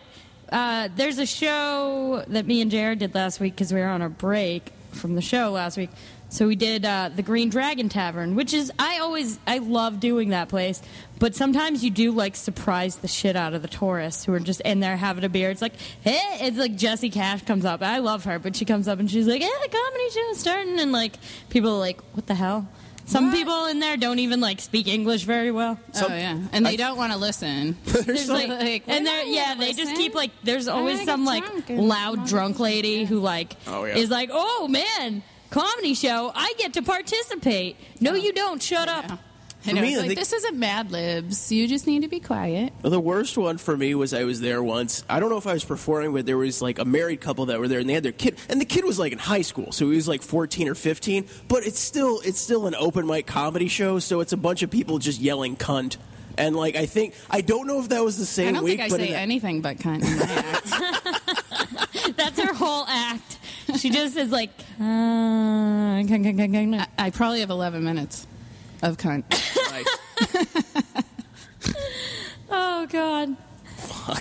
[SPEAKER 4] uh, there's a show that me and Jared did last week because we were on a break from the show last week. So we did uh, the Green Dragon Tavern, which is I always I love doing that place, but sometimes you do like surprise the shit out of the tourists who are just in there having a beer. It's like, hey, it's like Jesse Cash comes up. I love her, but she comes up and she's like, yeah, the comedy show's starting, and like people are like, what the hell? Some
[SPEAKER 5] What?
[SPEAKER 4] people in there don't even like speak English very well.
[SPEAKER 5] oh yeah, and they don't want to listen.
[SPEAKER 4] There's like,
[SPEAKER 5] we're
[SPEAKER 4] and
[SPEAKER 5] not
[SPEAKER 4] they yeah,
[SPEAKER 5] gonna
[SPEAKER 4] they just
[SPEAKER 5] listen.
[SPEAKER 4] keep like there's
[SPEAKER 5] I'm
[SPEAKER 4] always some
[SPEAKER 5] gonna get
[SPEAKER 4] like
[SPEAKER 5] drunk and
[SPEAKER 4] loud
[SPEAKER 5] not
[SPEAKER 4] drunk
[SPEAKER 5] listen.
[SPEAKER 4] lady who like
[SPEAKER 3] Oh, yeah.
[SPEAKER 4] is like, oh man, comedy show, I get to participate. No, you don't. Shut
[SPEAKER 5] Yeah.
[SPEAKER 4] up.
[SPEAKER 5] I know.
[SPEAKER 3] me,
[SPEAKER 5] it's
[SPEAKER 3] I
[SPEAKER 5] like,
[SPEAKER 3] think-
[SPEAKER 5] this isn't Mad Libs. You just need to be quiet.
[SPEAKER 3] The worst one for me was I was there once. I don't know if I was performing, but there was like a married couple that were there, and they had their kid, and the kid was like in high school, so he was like fourteen or fifteen. But it's still it's still an open mic comedy show, so it's a bunch of people just yelling cunt. And like I think I don't know if that was the
[SPEAKER 5] I
[SPEAKER 3] same
[SPEAKER 5] don't
[SPEAKER 3] week,
[SPEAKER 5] think I
[SPEAKER 3] but
[SPEAKER 5] say
[SPEAKER 3] in-
[SPEAKER 5] anything but cunt. in my act.
[SPEAKER 4] That's her whole act. She just is like, "Ah, uh, gung, gung, gung, gung, gung.
[SPEAKER 5] I probably have 11 minutes of cunt.
[SPEAKER 3] Nice.
[SPEAKER 4] oh god.
[SPEAKER 3] Oh.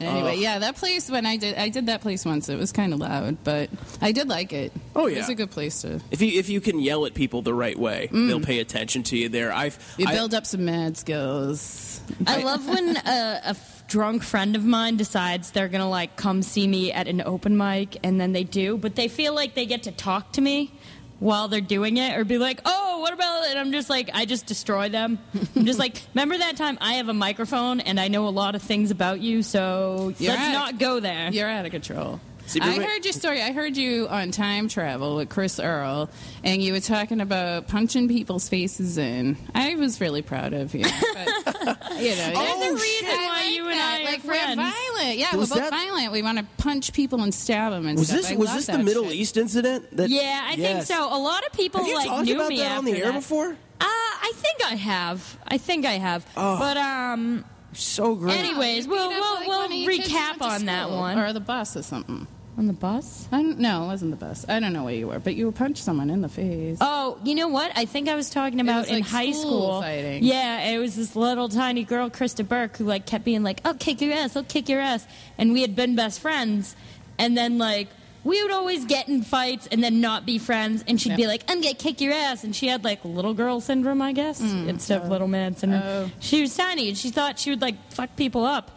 [SPEAKER 5] Anyway, yeah, that place when I did I did that place once. It was kind of loud, but I did like it.
[SPEAKER 3] Oh,
[SPEAKER 5] it was
[SPEAKER 3] yeah.
[SPEAKER 5] a good place to.
[SPEAKER 3] if you if you can yell at people the right way, they'll pay attention to you. There, I've
[SPEAKER 5] Mm. You
[SPEAKER 3] I-
[SPEAKER 5] build up some mad skills.
[SPEAKER 4] I love when a, a f- drunk friend of mine decides they're gonna like come see me at an open mic, and then they do, but they feel like they get to talk to me while they're doing it, or be like, "Oh, what about?" And I'm just like, I just destroy them. I'm just like, remember that time I have a microphone and I know a lot of things about you, so
[SPEAKER 5] You're
[SPEAKER 4] let's
[SPEAKER 5] right.
[SPEAKER 4] not go there.
[SPEAKER 5] You're out of control.
[SPEAKER 3] See,
[SPEAKER 5] I
[SPEAKER 3] but-
[SPEAKER 5] heard your story. I heard you on time travel with Chris Earl, and you were talking about punching people's faces in. I was really proud of you. But,
[SPEAKER 3] Oh,
[SPEAKER 5] you know,
[SPEAKER 4] There's a reason why you and I are
[SPEAKER 5] like
[SPEAKER 4] friends.
[SPEAKER 5] we're violent. Yeah,
[SPEAKER 3] Was
[SPEAKER 5] we're both
[SPEAKER 3] that-
[SPEAKER 5] violent. We want to punch people and stab them. And
[SPEAKER 3] was
[SPEAKER 5] stuff.
[SPEAKER 3] this
[SPEAKER 5] I
[SPEAKER 3] was
[SPEAKER 5] love
[SPEAKER 3] this the
[SPEAKER 5] that
[SPEAKER 3] Middle
[SPEAKER 5] shit.
[SPEAKER 3] East incident? That,
[SPEAKER 4] Yeah, I think
[SPEAKER 3] Yes.
[SPEAKER 4] so. A lot of people
[SPEAKER 3] Have you
[SPEAKER 4] like
[SPEAKER 3] talked
[SPEAKER 4] knew
[SPEAKER 3] about
[SPEAKER 4] me
[SPEAKER 3] that on the
[SPEAKER 4] after
[SPEAKER 3] air
[SPEAKER 4] that.
[SPEAKER 3] before?
[SPEAKER 4] Uh, I think I have. I think I have.
[SPEAKER 3] Oh.
[SPEAKER 4] But um,
[SPEAKER 3] So great.
[SPEAKER 4] anyways,
[SPEAKER 5] You beat
[SPEAKER 4] we'll
[SPEAKER 5] up,
[SPEAKER 4] we'll,
[SPEAKER 5] like,
[SPEAKER 4] we'll
[SPEAKER 5] one of your kids who
[SPEAKER 4] recap
[SPEAKER 5] went to
[SPEAKER 4] on that
[SPEAKER 5] school
[SPEAKER 4] one
[SPEAKER 5] or the bus or something.
[SPEAKER 4] on the bus.
[SPEAKER 5] I don't, no, it wasn't the bus. I don't know where you were, but you punched someone in the face.
[SPEAKER 4] Oh, you know what? I think I was talking about
[SPEAKER 5] was,
[SPEAKER 4] in
[SPEAKER 5] like,
[SPEAKER 4] high
[SPEAKER 5] school
[SPEAKER 4] school.
[SPEAKER 5] fighting.
[SPEAKER 4] Yeah, it was this little tiny girl, Krista Burke, who like kept being like, "I'll kick your ass, I'll kick your ass," and we had been best friends, and then like. We would always get in fights and then not be friends, and she'd be
[SPEAKER 5] Yeah.
[SPEAKER 4] like, "I'm gonna kick your ass," and she had like little girl syndrome, I guess, instead of little man syndrome.
[SPEAKER 5] Mm. Oh.
[SPEAKER 4] She was tiny, and she thought she would like fuck people up,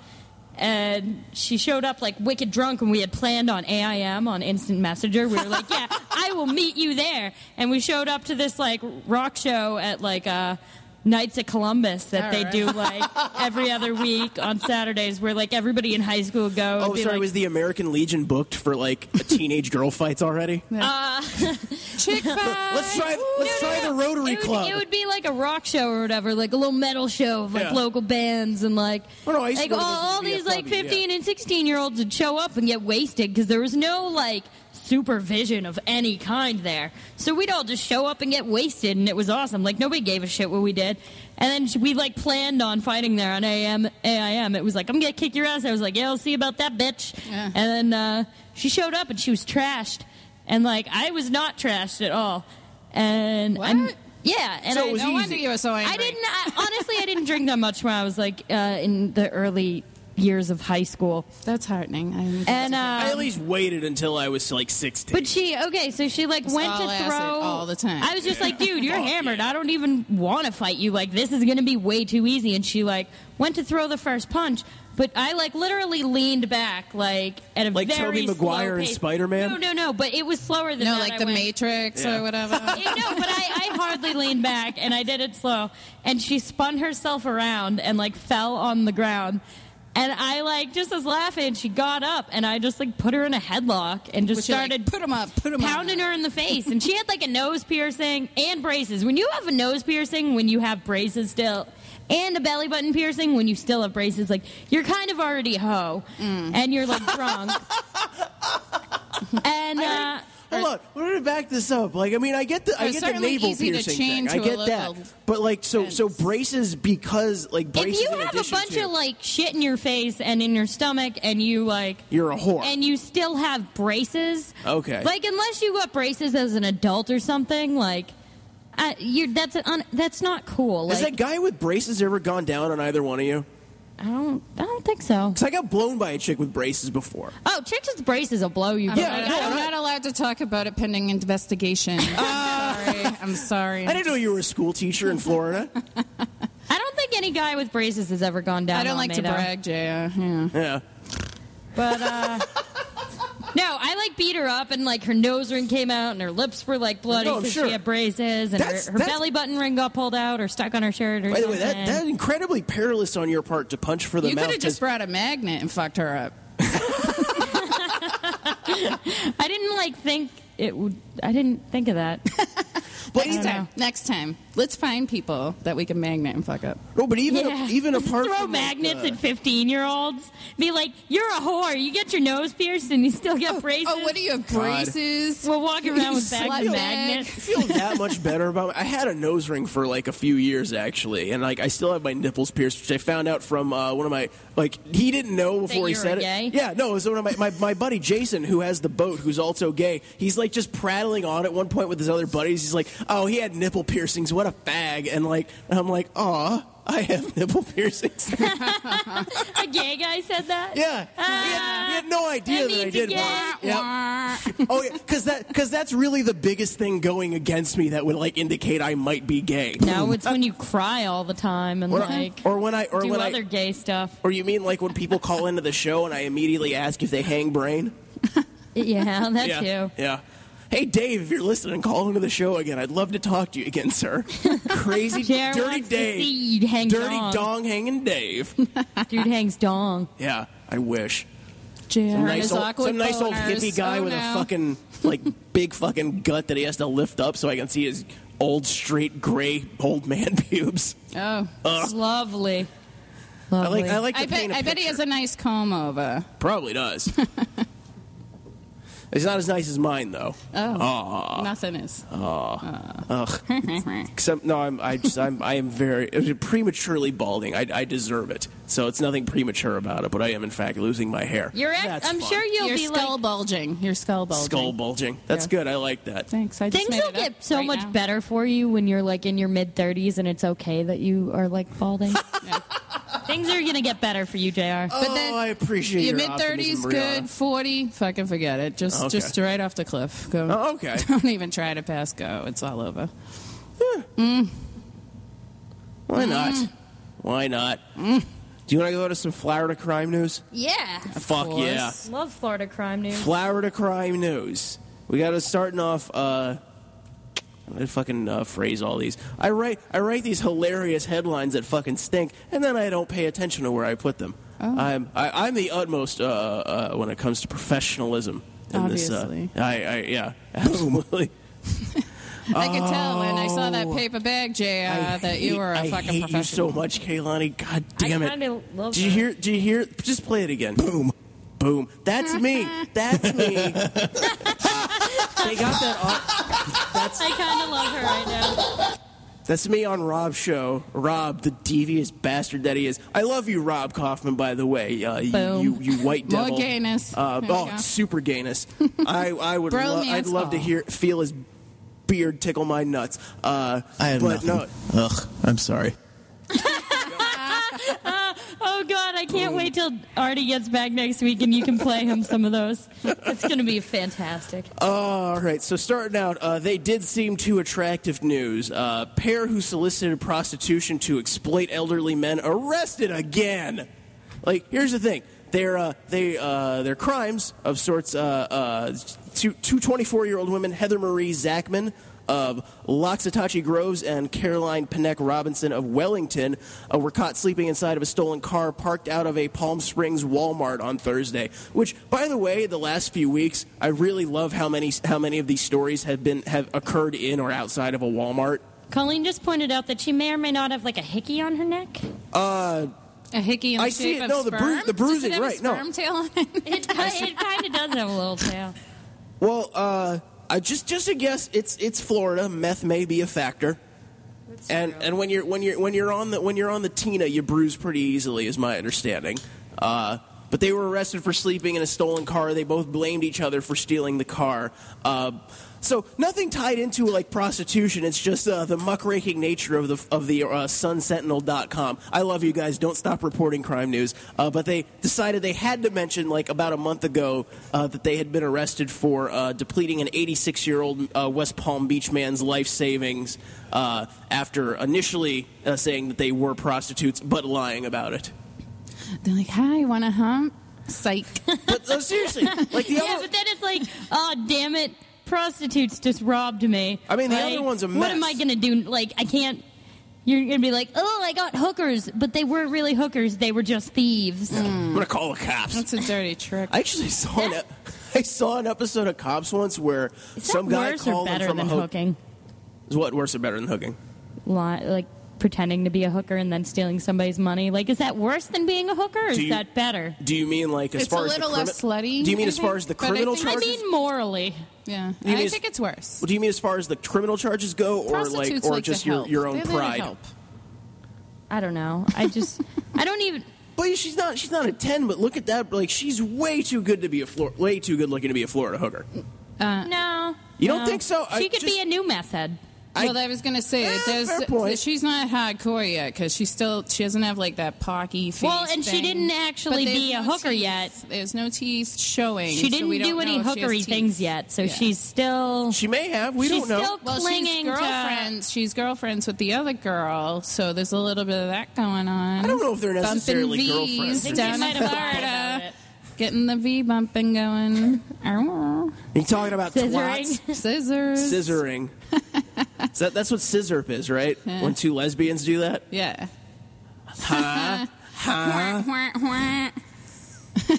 [SPEAKER 4] and she showed up like wicked drunk and we had planned on AIM on instant messenger we were like yeah I will meet you there and we showed up to this like rock show at like uh Nights at Columbus that
[SPEAKER 5] All
[SPEAKER 4] they
[SPEAKER 5] right.
[SPEAKER 4] do like every other week on Saturdays where like everybody in high school go and
[SPEAKER 3] Oh,
[SPEAKER 4] be
[SPEAKER 3] sorry.
[SPEAKER 4] like,
[SPEAKER 3] was the American Legion booked for like a teenage girl fights already?
[SPEAKER 5] Chick fil
[SPEAKER 3] Let's try. Let's
[SPEAKER 4] No, no,
[SPEAKER 3] try
[SPEAKER 4] no.
[SPEAKER 3] the Rotary
[SPEAKER 4] it would,
[SPEAKER 3] Club.
[SPEAKER 4] It would be like a rock show or whatever, like a little metal show of like
[SPEAKER 3] Yeah.
[SPEAKER 4] local bands and like
[SPEAKER 3] Oh, no, I used to
[SPEAKER 4] like
[SPEAKER 3] go to
[SPEAKER 4] all, all
[SPEAKER 3] those
[SPEAKER 4] these like
[SPEAKER 3] VFW, yeah.
[SPEAKER 4] 15 and 16 year olds would show up and get wasted because there was no like supervision of any kind there. So we'd all just show up and get wasted and it was awesome. Like nobody gave a shit what we did. And then we like planned on fighting there on AM AIM. It was like I'm going to kick your ass. I was like, "Yeah, I'll see about that bitch."
[SPEAKER 5] Yeah.
[SPEAKER 4] And then uh, she showed up and she was trashed. And like I was not trashed at all. And
[SPEAKER 5] What?
[SPEAKER 4] I'm- yeah, and
[SPEAKER 3] So
[SPEAKER 4] I,
[SPEAKER 3] it was
[SPEAKER 5] No wonder
[SPEAKER 3] easy.
[SPEAKER 5] you were so angry.
[SPEAKER 4] I didn't. I, honestly, I didn't drink that much when I was like uh, in the early years of high school.
[SPEAKER 5] That's heartening. I'm
[SPEAKER 4] And
[SPEAKER 3] I at
[SPEAKER 4] uh,
[SPEAKER 3] least waited until I was like sixteen.
[SPEAKER 4] but she okay, so she like went to
[SPEAKER 5] all acid
[SPEAKER 4] throw
[SPEAKER 5] all the time.
[SPEAKER 4] I was just like, dude, you're hammered. I don't even want to fight you. Like this is gonna be way too easy. And she like went to throw the first punch. But I like literally leaned back like at a
[SPEAKER 3] Like
[SPEAKER 4] very
[SPEAKER 3] Tobey Maguire
[SPEAKER 4] slow
[SPEAKER 3] and
[SPEAKER 4] pace.
[SPEAKER 3] Spider-Man?
[SPEAKER 4] No, no, no. But it was slower than
[SPEAKER 5] no,
[SPEAKER 4] that.
[SPEAKER 5] like
[SPEAKER 4] I
[SPEAKER 5] the
[SPEAKER 4] went-
[SPEAKER 5] Matrix
[SPEAKER 3] Yeah.
[SPEAKER 5] or whatever.
[SPEAKER 4] Yeah, no, but I, I hardly leaned back and I did it slow. And she spun herself around and like fell on the ground. And I like just was laughing. She got up and I just like put her in a headlock and just
[SPEAKER 5] Which you're like,
[SPEAKER 4] started
[SPEAKER 5] put 'em up, put 'em up.
[SPEAKER 4] pounding her in the face. And she had like a nose piercing and braces. When you have a nose piercing, when you have braces still. And a belly button piercing when you still have braces, like you're kind of already a hoe,
[SPEAKER 5] Mm.
[SPEAKER 4] and you're like drunk. and uh,
[SPEAKER 3] Hold on, we're gonna back this up. Like, I mean, I get the I
[SPEAKER 5] It's
[SPEAKER 3] get the
[SPEAKER 5] certainly
[SPEAKER 3] navel
[SPEAKER 5] easy to
[SPEAKER 3] piercing
[SPEAKER 5] chain
[SPEAKER 3] thing. I
[SPEAKER 5] to a
[SPEAKER 3] get that,
[SPEAKER 5] local
[SPEAKER 3] but like, so so
[SPEAKER 5] fence.
[SPEAKER 3] braces because like braces.
[SPEAKER 4] if you
[SPEAKER 3] in
[SPEAKER 4] have a
[SPEAKER 3] addition
[SPEAKER 4] bunch
[SPEAKER 3] to-
[SPEAKER 4] of like shit in your face and in your stomach and you like
[SPEAKER 3] you're a whore.
[SPEAKER 4] and you still have braces
[SPEAKER 3] Okay.
[SPEAKER 4] like unless you got braces as an adult or something like uh, you that's an un, that's not cool like
[SPEAKER 3] Has that guy with braces ever gone down on either one of you?
[SPEAKER 4] i don't i don't think so
[SPEAKER 3] Because I got blown by a chick with braces before.
[SPEAKER 4] oh chicks with braces will blow you
[SPEAKER 5] I'm,
[SPEAKER 3] Yeah,
[SPEAKER 5] not,
[SPEAKER 4] I
[SPEAKER 5] I'm not allowed to talk about it pending investigation. I'm sorry. I'm sorry.
[SPEAKER 3] I didn't know you were a school teacher in Florida.
[SPEAKER 4] I don't think any guy with braces has ever gone down
[SPEAKER 5] I don't
[SPEAKER 4] on
[SPEAKER 5] like
[SPEAKER 4] me,
[SPEAKER 5] to
[SPEAKER 4] though.
[SPEAKER 5] brag, Jaya. Yeah.
[SPEAKER 3] yeah.
[SPEAKER 4] but uh No, I like beat her up and like her nose ring came out and her lips were like bloody
[SPEAKER 3] No, I'm
[SPEAKER 4] 'cause
[SPEAKER 3] Oh, sure.
[SPEAKER 4] she had braces and
[SPEAKER 3] That's-
[SPEAKER 4] her, her
[SPEAKER 3] that's-
[SPEAKER 4] belly button ring got pulled out or stuck on her shirt or
[SPEAKER 3] By the way,
[SPEAKER 4] something.
[SPEAKER 3] that that incredibly perilous on your part to punch for the
[SPEAKER 5] You
[SPEAKER 3] mouth.
[SPEAKER 5] could have
[SPEAKER 3] 'cause-
[SPEAKER 5] just brought a magnet and fucked her up.
[SPEAKER 4] I didn't like think it would. I didn't think of that.
[SPEAKER 3] But
[SPEAKER 5] Next
[SPEAKER 3] even,
[SPEAKER 4] Oh.
[SPEAKER 5] time. Next time. Let's find people that we can magnet and fuck up.
[SPEAKER 3] no, but even
[SPEAKER 4] Yeah.
[SPEAKER 3] even apart
[SPEAKER 4] throw
[SPEAKER 3] from like,
[SPEAKER 4] magnets
[SPEAKER 3] uh,
[SPEAKER 4] at fifteen year olds. Be like, you're a whore. You get your nose pierced and you still get braces.
[SPEAKER 5] Oh, what do you have? Braces?
[SPEAKER 4] We'll walk around with bags
[SPEAKER 5] Slut
[SPEAKER 4] of
[SPEAKER 5] bag.
[SPEAKER 4] magnets.
[SPEAKER 3] I feel that much better about. I had a nose ring for like a few years actually, and like I still have my nipples pierced, which I found out from uh, one of my like he didn't know before he
[SPEAKER 4] you were
[SPEAKER 3] said
[SPEAKER 4] gay?
[SPEAKER 3] it. Yeah, no, it was one of my, my my buddy Jason who has the boat, who's also gay. He's like just prattling on at one point with his other buddies. He's like, "Oh, he had nipple piercings. What a fag!" And like and I'm like, "Aw." I have nipple piercings.
[SPEAKER 4] A gay guy said that. Ah.
[SPEAKER 3] Yeah, he, had, he had no idea
[SPEAKER 4] that
[SPEAKER 3] that I
[SPEAKER 4] means
[SPEAKER 3] did.
[SPEAKER 4] you
[SPEAKER 3] one.
[SPEAKER 4] get-
[SPEAKER 3] Yep. Oh yeah, because that because that's really the biggest thing going against me that would like indicate I might be gay.
[SPEAKER 4] Now it's when you cry all the time and
[SPEAKER 3] Or,
[SPEAKER 4] like
[SPEAKER 3] or when I or
[SPEAKER 4] do
[SPEAKER 3] when
[SPEAKER 4] other
[SPEAKER 3] I
[SPEAKER 4] gay stuff.
[SPEAKER 3] or you mean like when people call into the show and I immediately ask if they hang brain?
[SPEAKER 4] Yeah, that
[SPEAKER 3] yeah,
[SPEAKER 4] too.
[SPEAKER 3] yeah. Hey Dave, if you're listening, call into the show again. I'd love to talk to you again, sir. Crazy,
[SPEAKER 4] Jer
[SPEAKER 3] dirty
[SPEAKER 4] wants to see
[SPEAKER 3] Dave,
[SPEAKER 4] you hang
[SPEAKER 3] dirty
[SPEAKER 4] dong.
[SPEAKER 3] dong hanging Dave.
[SPEAKER 4] Dude hangs dong.
[SPEAKER 3] yeah, I wish.
[SPEAKER 5] Jam.
[SPEAKER 3] nice
[SPEAKER 5] His
[SPEAKER 3] old,
[SPEAKER 5] awkward
[SPEAKER 3] some nice old
[SPEAKER 5] boners.
[SPEAKER 3] hippie guy
[SPEAKER 5] Oh,
[SPEAKER 3] with a
[SPEAKER 5] no.
[SPEAKER 3] fucking like big fucking gut that he has to lift up so I can see his old straight gray old man pubes.
[SPEAKER 5] Oh.
[SPEAKER 4] It's lovely.
[SPEAKER 3] Uh. I like I like to
[SPEAKER 5] I
[SPEAKER 3] paint
[SPEAKER 5] bet,
[SPEAKER 3] a
[SPEAKER 5] I bet he
[SPEAKER 3] picture.
[SPEAKER 5] has a nice comb over.
[SPEAKER 3] Probably does. it's not as nice as mine though.
[SPEAKER 5] Uh. Nothing is.
[SPEAKER 3] Except no, I'm I just I'm I am very prematurely balding. I, I deserve it. So it's nothing premature about it, but I am in fact losing my hair.
[SPEAKER 4] You're ex-
[SPEAKER 3] That's
[SPEAKER 4] I'm
[SPEAKER 3] fun.
[SPEAKER 4] sure you'll
[SPEAKER 5] Your
[SPEAKER 4] be
[SPEAKER 5] skull
[SPEAKER 4] like
[SPEAKER 5] bulging. Your skull bulging.
[SPEAKER 3] skull bulging. That's good. I like that.
[SPEAKER 5] Thanks. I just
[SPEAKER 4] things
[SPEAKER 5] made
[SPEAKER 4] will
[SPEAKER 5] it up
[SPEAKER 4] get so
[SPEAKER 5] right
[SPEAKER 4] much
[SPEAKER 5] now.
[SPEAKER 4] better for you when you're like in your mid 30s and it's okay that you are like balding. Things are gonna get better for you, Jr.
[SPEAKER 5] But then
[SPEAKER 3] oh, I appreciate
[SPEAKER 5] your
[SPEAKER 3] your
[SPEAKER 5] mid thirties,
[SPEAKER 3] optimism,
[SPEAKER 5] good.
[SPEAKER 3] Brianna.
[SPEAKER 5] Forty, fucking forget it. Just,
[SPEAKER 3] Okay.
[SPEAKER 5] just right off the cliff. Go.
[SPEAKER 3] Oh, okay.
[SPEAKER 5] Don't even try to pass go. It's all over.
[SPEAKER 3] Why not? Why not? Do you want to go to some Florida crime news?
[SPEAKER 4] yeah,
[SPEAKER 3] Fuck
[SPEAKER 5] course.
[SPEAKER 3] yeah.
[SPEAKER 4] love Florida crime news.
[SPEAKER 3] Florida crime news. We got to starting off. Uh, I did fucking uh, phrase all these. I write I write these hilarious headlines that fucking stink, and then I don't pay attention to where I put them.
[SPEAKER 5] Oh.
[SPEAKER 3] I'm I, I'm the utmost uh, uh, when it comes to professionalism. In
[SPEAKER 5] Obviously.
[SPEAKER 3] This, uh, I, I yeah absolutely.
[SPEAKER 5] I could tell when I saw that paper bag, Jr.
[SPEAKER 3] Oh. I
[SPEAKER 5] Uh, that you
[SPEAKER 3] hate-
[SPEAKER 5] were a
[SPEAKER 3] I
[SPEAKER 5] fucking
[SPEAKER 3] hate you
[SPEAKER 5] professional.
[SPEAKER 3] so much, Kaylani. God damn
[SPEAKER 4] I
[SPEAKER 3] it!
[SPEAKER 4] kinda love
[SPEAKER 3] Did you
[SPEAKER 4] that.
[SPEAKER 3] hear? Did you hear? Just play it again. Boom, boom. That's me. That's me. they got that. Off.
[SPEAKER 4] I kind of love her right now.
[SPEAKER 3] That's me on Rob's show. Rob, the devious bastard that he is. I love you, Rob Kaufman. By the way, uh, you,
[SPEAKER 5] Boom.
[SPEAKER 3] you you white
[SPEAKER 5] More
[SPEAKER 3] devil.
[SPEAKER 5] gayness.
[SPEAKER 3] Uh,
[SPEAKER 5] There we
[SPEAKER 3] oh,
[SPEAKER 5] go.
[SPEAKER 3] super gayness. I I would. Lo-
[SPEAKER 5] Bromance
[SPEAKER 3] I'd love to
[SPEAKER 5] all.
[SPEAKER 3] hear feel his beard tickle my nuts. Uh,
[SPEAKER 6] I have
[SPEAKER 3] but
[SPEAKER 6] nothing.
[SPEAKER 3] no.
[SPEAKER 6] Ugh, I'm sorry.
[SPEAKER 4] Oh God, I can't wait till Artie gets back next week and you can play him some of those. It's gonna be fantastic.
[SPEAKER 3] All right, so starting out, uh, they did seem too attractive news. Uh, pair who solicited prostitution to exploit elderly men arrested again. Like, here's the thing: their uh, they uh, their crimes of sorts. Uh, uh, two two 24 year old women, Heather Marie Zachman of Loxatachi Groves and Caroline Panek Robinson of Wellington uh, were caught sleeping inside of a stolen car parked out of a Palm Springs Walmart on Thursday. Which, by the way, the last few weeks, I really love how many how many of these stories have been have occurred in or outside of a Walmart.
[SPEAKER 4] Colleen just pointed out that she may or may not have like a hickey on her neck.
[SPEAKER 5] A hickey in the
[SPEAKER 3] I see it.
[SPEAKER 5] shape of
[SPEAKER 3] No, the bru-
[SPEAKER 5] sperm?
[SPEAKER 3] the bruising,
[SPEAKER 5] Does it have a
[SPEAKER 3] right, no.
[SPEAKER 5] sperm tail on it?
[SPEAKER 4] It, it kind of does Oh. have a little tail.
[SPEAKER 3] Well, uh, I just just a guess. It's it's Florida. Meth may be a factor. And and when you're when you're when you're on the when you're on the Tina, you bruise pretty easily, is my understanding. Uh, but they were arrested for sleeping in a stolen car. They both blamed each other for stealing the car. Uh, so nothing tied into like prostitution. It's just uh, the muckraking nature of the of the uh, SunSentinel.com. I love you guys. Don't stop reporting crime news. Uh, but they decided they had to mention like about a month ago uh, that they had been arrested for uh, depleting an 86 year old uh, West Palm Beach man's life savings uh, after initially uh, saying that they were prostitutes but lying about it.
[SPEAKER 5] They're like, hi, want to hump? Psych.
[SPEAKER 3] But uh, seriously, like the
[SPEAKER 4] Yeah,
[SPEAKER 3] other.
[SPEAKER 4] but then it's like, oh damn it, prostitutes just robbed me.
[SPEAKER 3] I mean, the
[SPEAKER 4] Like,
[SPEAKER 3] other one's a
[SPEAKER 4] What am
[SPEAKER 3] mess.
[SPEAKER 4] I gonna do? Like, I can't. You're gonna be like, oh, I got hookers, but they weren't really hookers. They were just thieves.
[SPEAKER 3] I'm gonna call the cops.
[SPEAKER 5] That's a dirty trick.
[SPEAKER 3] I actually saw an. ep- I saw an episode of Cops once where
[SPEAKER 4] Is that
[SPEAKER 3] some guy
[SPEAKER 4] worse or
[SPEAKER 3] called him
[SPEAKER 4] better
[SPEAKER 3] from
[SPEAKER 4] than
[SPEAKER 3] a ho-
[SPEAKER 4] hooking?
[SPEAKER 3] Is what worse or better than hooking?
[SPEAKER 4] Li- like pretending to be a hooker and then stealing somebody's money. Like, is that worse than being a hooker? Or is
[SPEAKER 3] you-
[SPEAKER 4] that better?
[SPEAKER 3] Do you mean like as
[SPEAKER 5] It's
[SPEAKER 3] far
[SPEAKER 5] a
[SPEAKER 3] as
[SPEAKER 5] little
[SPEAKER 3] the
[SPEAKER 5] less slutty,
[SPEAKER 3] Do you mean
[SPEAKER 5] I
[SPEAKER 3] as far
[SPEAKER 5] think,
[SPEAKER 3] as the
[SPEAKER 5] but I
[SPEAKER 3] criminal
[SPEAKER 5] think- I
[SPEAKER 4] I
[SPEAKER 3] charges?
[SPEAKER 4] mean, morally.
[SPEAKER 5] Yeah,
[SPEAKER 3] mean
[SPEAKER 5] I
[SPEAKER 3] it's-
[SPEAKER 5] think it's worse.
[SPEAKER 3] Well, do you mean as far as the criminal charges go, or like,
[SPEAKER 5] Prostitutes
[SPEAKER 3] or
[SPEAKER 5] like
[SPEAKER 3] just
[SPEAKER 5] to
[SPEAKER 3] your,
[SPEAKER 5] help.
[SPEAKER 3] your own
[SPEAKER 5] They're there to
[SPEAKER 3] pride?
[SPEAKER 5] help.
[SPEAKER 4] I don't know. I just, I don't even.
[SPEAKER 3] But she's not. She's not a ten. But look at that. Like she's way too good to be a Flor- way too good looking to be a Florida hooker.
[SPEAKER 5] uh,
[SPEAKER 4] No.
[SPEAKER 3] You don't
[SPEAKER 4] no.
[SPEAKER 3] think so? I
[SPEAKER 4] She could
[SPEAKER 3] just-
[SPEAKER 4] be a new meth head.
[SPEAKER 3] I-
[SPEAKER 5] well, I was gonna say
[SPEAKER 3] Eh,
[SPEAKER 5] it does.
[SPEAKER 3] fair point.
[SPEAKER 5] She's not hardcore yet because she still she doesn't have like that pocky face.
[SPEAKER 4] Well, and she
[SPEAKER 5] thing.
[SPEAKER 4] didn't
[SPEAKER 5] But
[SPEAKER 4] actually
[SPEAKER 5] there's
[SPEAKER 4] be a
[SPEAKER 5] no
[SPEAKER 4] hooker
[SPEAKER 5] teeth.
[SPEAKER 4] yet.
[SPEAKER 5] There's no teeth showing.
[SPEAKER 4] She
[SPEAKER 5] so
[SPEAKER 4] didn't
[SPEAKER 5] we don't
[SPEAKER 4] do any
[SPEAKER 5] know if she has
[SPEAKER 4] hookery
[SPEAKER 5] teeth.
[SPEAKER 4] things yet, so
[SPEAKER 5] Yeah.
[SPEAKER 4] she's still.
[SPEAKER 3] She may have. We don't
[SPEAKER 4] she's
[SPEAKER 3] know.
[SPEAKER 4] still
[SPEAKER 5] Well, she's
[SPEAKER 4] clinging to.
[SPEAKER 5] girlfriends. She's girlfriends with the other girl, so there's a little bit of that going on.
[SPEAKER 3] I don't know if they're necessarily
[SPEAKER 5] Bumping V's
[SPEAKER 3] girlfriends.
[SPEAKER 4] think
[SPEAKER 5] down
[SPEAKER 4] they
[SPEAKER 5] in
[SPEAKER 4] might have lied about
[SPEAKER 5] Florida,
[SPEAKER 4] it.
[SPEAKER 5] getting the V bumping going. Ow.
[SPEAKER 3] Are you talking about
[SPEAKER 4] Scissoring.
[SPEAKER 3] twats?
[SPEAKER 5] Scissors.
[SPEAKER 3] Scissoring. Is that, that's what scissorp is, right? When two lesbians do that.
[SPEAKER 5] Yeah.
[SPEAKER 3] Huh?
[SPEAKER 5] Wah,
[SPEAKER 3] Uh-huh.
[SPEAKER 5] wah, wah.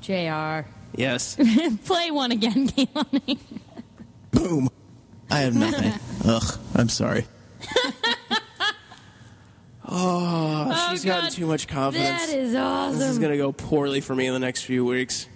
[SPEAKER 4] Jr.
[SPEAKER 3] yes.
[SPEAKER 4] Play one again, Kehlani.
[SPEAKER 6] Boom. I have nothing. Ugh, I'm sorry.
[SPEAKER 3] Oh, she's gotten
[SPEAKER 4] God.
[SPEAKER 3] too much confidence.
[SPEAKER 4] That is awesome.
[SPEAKER 3] this is going to go poorly for me in the next few weeks.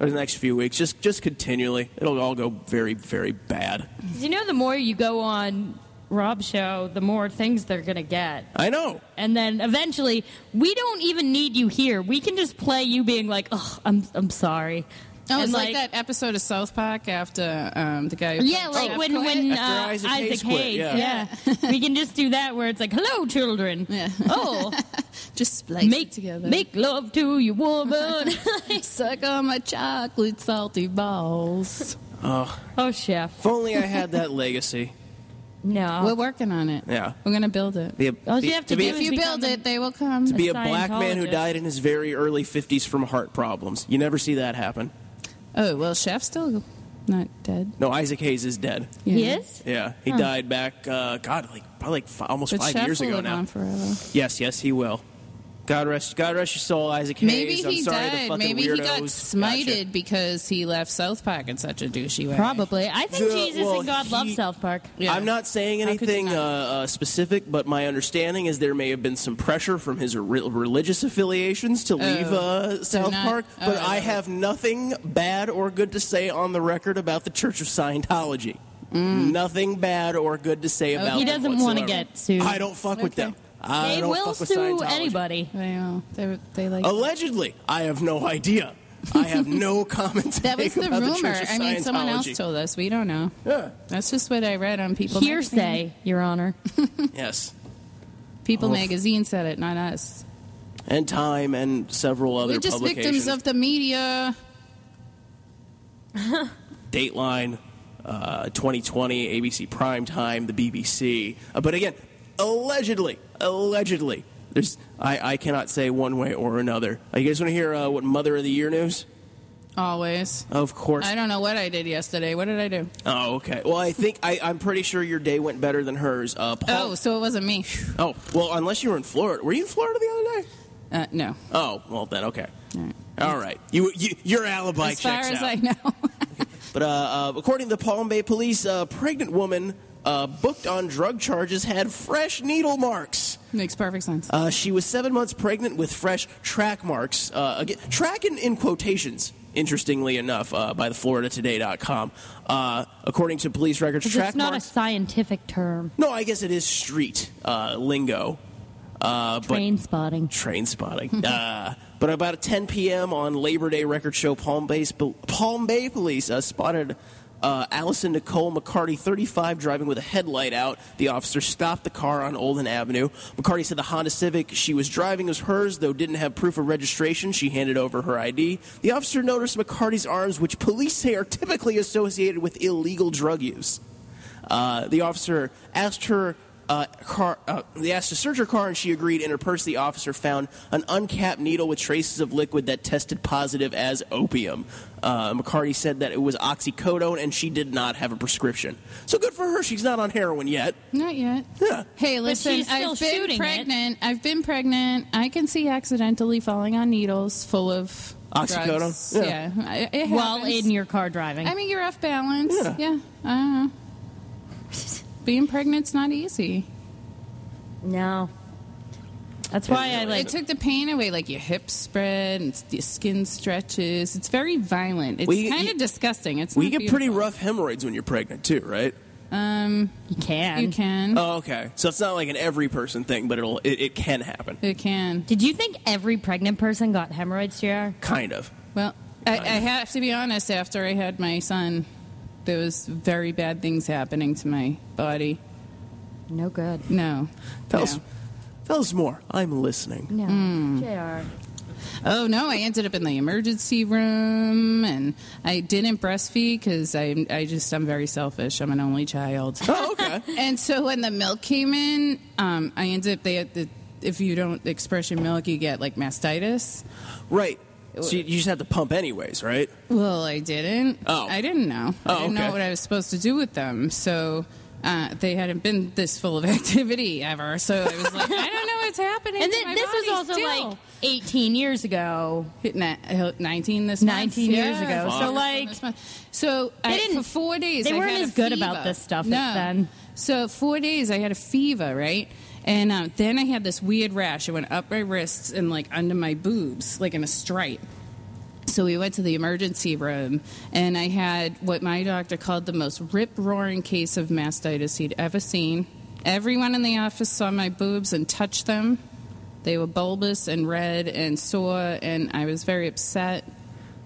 [SPEAKER 3] Or the next few weeks, just just continually. It'll all go very, very bad.
[SPEAKER 4] You know, the more you go on Rob's show, the more things they're gonna get.
[SPEAKER 3] I know.
[SPEAKER 4] And then eventually, we don't even need you here. We can just play you being like, "Oh, I'm I'm sorry."
[SPEAKER 5] Oh,
[SPEAKER 4] And,
[SPEAKER 5] it's like, that episode of South Park after um, the guy. who
[SPEAKER 4] Yeah,
[SPEAKER 5] played
[SPEAKER 4] like
[SPEAKER 5] Jeff
[SPEAKER 4] when
[SPEAKER 5] quit.
[SPEAKER 4] when uh,
[SPEAKER 3] After Isaac
[SPEAKER 4] Isaac,
[SPEAKER 3] Hayes
[SPEAKER 4] Hayes.
[SPEAKER 3] quit,
[SPEAKER 4] yeah,
[SPEAKER 3] yeah.
[SPEAKER 4] we can just do that where it's like, "Hello, children." Oh,
[SPEAKER 5] just splice it
[SPEAKER 4] make
[SPEAKER 5] together,
[SPEAKER 4] make love to your woman.
[SPEAKER 5] suck on my chocolate salty balls.
[SPEAKER 4] oh, chef.
[SPEAKER 3] If only I had that legacy.
[SPEAKER 4] No.
[SPEAKER 5] We're working on it.
[SPEAKER 3] Yeah.
[SPEAKER 5] we're gonna build it.
[SPEAKER 3] Be a-
[SPEAKER 4] All you
[SPEAKER 3] be-
[SPEAKER 4] have to
[SPEAKER 3] be
[SPEAKER 4] do
[SPEAKER 3] a-
[SPEAKER 5] If you
[SPEAKER 4] become
[SPEAKER 5] build
[SPEAKER 4] a-
[SPEAKER 5] it, they will come.
[SPEAKER 3] to be a black man who
[SPEAKER 4] Scientologist.
[SPEAKER 3] died in his very early 50s from heart problems. You never see that happen.
[SPEAKER 5] Oh well, Chef's still not dead.
[SPEAKER 3] No, Isaac Hayes is dead.
[SPEAKER 5] Yeah.
[SPEAKER 4] He is?
[SPEAKER 3] Yeah, he died back, uh, God, like probably like fi- almost
[SPEAKER 5] But
[SPEAKER 3] five
[SPEAKER 5] Chef
[SPEAKER 3] years
[SPEAKER 5] will
[SPEAKER 3] ago
[SPEAKER 5] live
[SPEAKER 3] now.
[SPEAKER 5] on forever.
[SPEAKER 3] Yes, yes, he will. God rest, God rest your soul, Isaac
[SPEAKER 5] Maybe
[SPEAKER 3] Hayes.
[SPEAKER 5] he
[SPEAKER 3] I'm sorry, the
[SPEAKER 5] died.
[SPEAKER 3] fucking
[SPEAKER 5] Maybe he got
[SPEAKER 3] weirdos.
[SPEAKER 5] smited
[SPEAKER 3] Gotcha.
[SPEAKER 5] because he left South Park in such a douchey way.
[SPEAKER 4] Probably. I think
[SPEAKER 3] Yeah,
[SPEAKER 4] Jesus
[SPEAKER 3] well,
[SPEAKER 4] and God
[SPEAKER 3] he-
[SPEAKER 4] love South Park.
[SPEAKER 5] Yeah.
[SPEAKER 3] I'm not saying
[SPEAKER 5] How could you
[SPEAKER 3] anything uh,
[SPEAKER 5] not?
[SPEAKER 3] uh, specific, but my understanding is there may have been some pressure from his re- religious affiliations to leave uh, South
[SPEAKER 5] Oh, not-
[SPEAKER 3] Park.
[SPEAKER 5] oh,
[SPEAKER 3] But
[SPEAKER 5] I
[SPEAKER 3] I
[SPEAKER 5] love
[SPEAKER 3] have nothing bad or good to say on the record about the Church of Scientology.
[SPEAKER 5] Mm.
[SPEAKER 3] Nothing bad or good to
[SPEAKER 5] Oh,
[SPEAKER 3] say about.
[SPEAKER 4] He
[SPEAKER 3] them
[SPEAKER 4] doesn't wanna
[SPEAKER 3] whatsoever.
[SPEAKER 4] get sued.
[SPEAKER 3] I don't fuck with them. I
[SPEAKER 4] they
[SPEAKER 3] don't
[SPEAKER 4] will
[SPEAKER 3] fuck with
[SPEAKER 4] sue
[SPEAKER 3] Scientology.
[SPEAKER 4] anybody.
[SPEAKER 5] They, know. they, they
[SPEAKER 3] Oh,
[SPEAKER 5] like.
[SPEAKER 3] Allegedly, I have no idea. I have no comment. to
[SPEAKER 5] that was
[SPEAKER 3] make
[SPEAKER 5] the
[SPEAKER 3] about
[SPEAKER 5] rumor.
[SPEAKER 3] Church of
[SPEAKER 5] I mean, someone else
[SPEAKER 3] Scientology.
[SPEAKER 5] told us. We don't know.
[SPEAKER 3] Yeah.
[SPEAKER 5] That's just what I read on People. Magazine.
[SPEAKER 4] Hearsay, Your Honor.
[SPEAKER 3] Yes,
[SPEAKER 5] People
[SPEAKER 3] Oh.
[SPEAKER 5] magazine said it, not us.
[SPEAKER 3] and Time and several other
[SPEAKER 5] We're just
[SPEAKER 3] publications.
[SPEAKER 5] victims of the media.
[SPEAKER 3] Dateline, uh, 2020, ABC Primetime, the BBC. Uh, but again, allegedly, allegedly, there's I, I cannot say one way or another. Uh, you guys want to hear uh, what Mother of the Year news?
[SPEAKER 5] Always.
[SPEAKER 3] Of course.
[SPEAKER 5] I don't know what I did yesterday. What did I do?
[SPEAKER 3] Oh, okay. Well, I think I, I'm pretty sure your day went better than hers. Uh, Paul,
[SPEAKER 5] Oh, so it wasn't me.
[SPEAKER 3] oh, well, unless you were in Florida. Were you in Florida the other day?
[SPEAKER 5] Uh, no.
[SPEAKER 3] Oh, well then, okay. All right, you, you your alibi
[SPEAKER 5] as far
[SPEAKER 3] checks
[SPEAKER 5] as
[SPEAKER 3] out.
[SPEAKER 5] I know.
[SPEAKER 3] But uh, uh, according to the Palm Bay Police, a pregnant woman uh, booked on drug charges had fresh needle marks.
[SPEAKER 5] Makes perfect sense.
[SPEAKER 3] Uh, she was seven months pregnant with fresh track marks. Uh, again, track in, in quotations. Interestingly enough, uh, by the FloridaToday.com, uh, according to police records,
[SPEAKER 4] 'Cause
[SPEAKER 3] track
[SPEAKER 4] it's not
[SPEAKER 3] marks.
[SPEAKER 4] a scientific term.
[SPEAKER 3] no, I guess it is street uh, lingo. Uh, but
[SPEAKER 4] Train spotting.
[SPEAKER 3] train spotting. uh, but about 10 p.m. on Labor Day record show, Palm Bay, Palm Bay police uh, spotted uh, Allison Nicole McCarty, 35, driving with a headlight out. The officer stopped the car on Olden Avenue. McCarty said the Honda Civic she was driving was hers, though didn't have proof of registration. She handed over her ID. The officer noticed McCarty's arms, which police say are typically associated with illegal drug use. Uh, the officer asked her uh, car. Uh, they asked to search her car, and she agreed. In her purse, the officer found an uncapped needle with traces of liquid that tested positive as opium. Uh, McCarty said that it was oxycodone, and she did not have a prescription. So good for her. She's not on heroin yet.
[SPEAKER 5] Not yet.
[SPEAKER 3] Yeah.
[SPEAKER 5] Hey, listen,
[SPEAKER 4] she's still
[SPEAKER 5] I've been
[SPEAKER 4] shooting it.
[SPEAKER 5] pregnant. I've been pregnant. I can see accidentally falling on needles full of
[SPEAKER 3] Oxycodone?
[SPEAKER 5] drugs.
[SPEAKER 3] Yeah.
[SPEAKER 5] Yeah. I- it
[SPEAKER 4] while
[SPEAKER 5] happens.
[SPEAKER 4] in your car driving.
[SPEAKER 5] I mean, you're off balance.
[SPEAKER 3] Yeah.
[SPEAKER 5] Yeah. I don't know. Being pregnant's not easy.
[SPEAKER 4] no. That's why I like.
[SPEAKER 5] It took the pain away, like your hips spread and s- your skin stretches. It's very violent. It's
[SPEAKER 3] We-
[SPEAKER 5] kind
[SPEAKER 3] you-
[SPEAKER 5] of disgusting. It's
[SPEAKER 3] We
[SPEAKER 5] not
[SPEAKER 3] get
[SPEAKER 5] beautiful.
[SPEAKER 3] pretty rough hemorrhoids when you're pregnant too, right?
[SPEAKER 5] Um,
[SPEAKER 4] you can.
[SPEAKER 5] you can.
[SPEAKER 3] Oh, okay. So it's not like an every person thing, but it'll it, it can happen.
[SPEAKER 5] It can.
[SPEAKER 4] Did you think every pregnant person got hemorrhoids, JR?
[SPEAKER 3] Kind of.
[SPEAKER 5] Well, I, I have to be honest. After I had my son, there was very bad things happening to my body.
[SPEAKER 4] No good.
[SPEAKER 5] No.
[SPEAKER 3] Tell
[SPEAKER 5] no.
[SPEAKER 3] us tell us more. I'm listening.
[SPEAKER 4] No. Hmm. JR.
[SPEAKER 5] Oh no! I ended up in the emergency room, and I didn't breastfeed because I, I just I'm very selfish. I'm an only child.
[SPEAKER 3] Oh, okay.
[SPEAKER 5] and so when the milk came in, um, I ended up they had the, if you don't express your milk, you get like mastitis.
[SPEAKER 3] right. So you, you just have to pump anyways, right?
[SPEAKER 5] Well, I didn't.
[SPEAKER 3] Oh.
[SPEAKER 5] I didn't know.
[SPEAKER 3] Oh,
[SPEAKER 5] I didn't
[SPEAKER 3] okay.
[SPEAKER 5] know what I was supposed to do with them. So uh, they hadn't been this full of activity ever. So I was like, I don't know what's happening.
[SPEAKER 4] And
[SPEAKER 5] to
[SPEAKER 4] then
[SPEAKER 5] my
[SPEAKER 4] this was
[SPEAKER 5] body
[SPEAKER 4] also
[SPEAKER 5] still.
[SPEAKER 4] like 18 years ago.
[SPEAKER 5] Hitting at 19 uh, this
[SPEAKER 4] 19
[SPEAKER 5] month.
[SPEAKER 4] years ago. So,
[SPEAKER 5] this
[SPEAKER 4] like,
[SPEAKER 5] month, this month. so I,
[SPEAKER 4] didn't-
[SPEAKER 5] for four days
[SPEAKER 4] they
[SPEAKER 5] I
[SPEAKER 4] weren't
[SPEAKER 5] had
[SPEAKER 4] as
[SPEAKER 5] a
[SPEAKER 4] good about
[SPEAKER 5] fever.
[SPEAKER 4] this stuff
[SPEAKER 5] no.
[SPEAKER 4] back then.
[SPEAKER 5] So four days I had a fever, right? And um, then I had this weird rash. It went up my wrists and like under my boobs, like in a stripe. So we went to the emergency room, and I had what my doctor called the most rip roaring case of mastitis he'd ever seen. Everyone in the office saw my boobs and touched them. They were bulbous and red and sore, and I was very upset.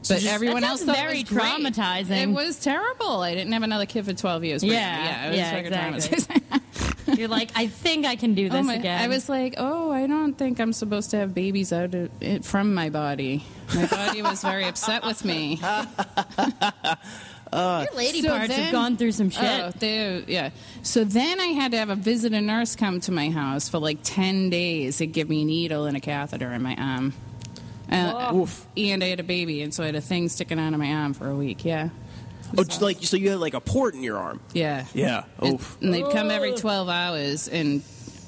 [SPEAKER 5] But
[SPEAKER 3] just-
[SPEAKER 5] everyone
[SPEAKER 4] That
[SPEAKER 5] else
[SPEAKER 4] sounds
[SPEAKER 5] thought it
[SPEAKER 4] very
[SPEAKER 5] was great.
[SPEAKER 4] traumatizing.
[SPEAKER 5] It was terrible. I didn't have another kid for twelve years.
[SPEAKER 4] Yeah,
[SPEAKER 5] yeah, it was
[SPEAKER 4] yeah,
[SPEAKER 5] fucking
[SPEAKER 4] exactly.
[SPEAKER 5] traumatizing.
[SPEAKER 4] You're like, I think I can do this
[SPEAKER 5] Oh my-
[SPEAKER 4] again.
[SPEAKER 5] I was like, oh, I don't think I'm supposed to have babies out of it from my body. My body was very upset with me.
[SPEAKER 4] your lady
[SPEAKER 5] So
[SPEAKER 4] parts have
[SPEAKER 5] then-
[SPEAKER 4] gone through some shit.
[SPEAKER 5] Oh, they- yeah. So then I had to have a visitor nurse come to my house for like 10 days to give me a needle and a catheter in my arm. Uh, and I had a baby, and so I had a thing sticking out of my arm for a week. Yeah.
[SPEAKER 3] Oh, just like so you had like a port in your arm.
[SPEAKER 5] Yeah.
[SPEAKER 3] Yeah.
[SPEAKER 5] And,
[SPEAKER 3] Oof.
[SPEAKER 5] and they'd come every 12 hours and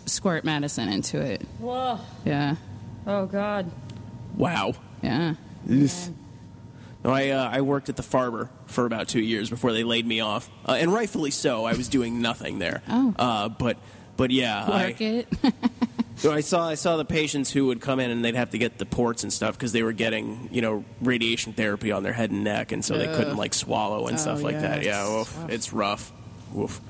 [SPEAKER 5] squirt medicine into it.
[SPEAKER 4] Whoa.
[SPEAKER 5] Yeah.
[SPEAKER 4] Oh, God.
[SPEAKER 3] Wow.
[SPEAKER 5] Yeah.
[SPEAKER 3] No, I uh, I worked at the Farber for about two years before they laid me off, uh, and rightfully so. I was doing nothing there.
[SPEAKER 5] Oh.
[SPEAKER 3] Uh, but but yeah,
[SPEAKER 5] Work
[SPEAKER 3] I,
[SPEAKER 5] it.
[SPEAKER 3] so I saw I saw the patients who would come in and they'd have to get the ports and stuff because they were getting you know radiation therapy on their head and neck, and so they couldn't like swallow and stuff
[SPEAKER 5] Oh,
[SPEAKER 3] like
[SPEAKER 5] yeah,
[SPEAKER 3] that. Yeah,
[SPEAKER 5] it's
[SPEAKER 3] oof, it's rough. Oof.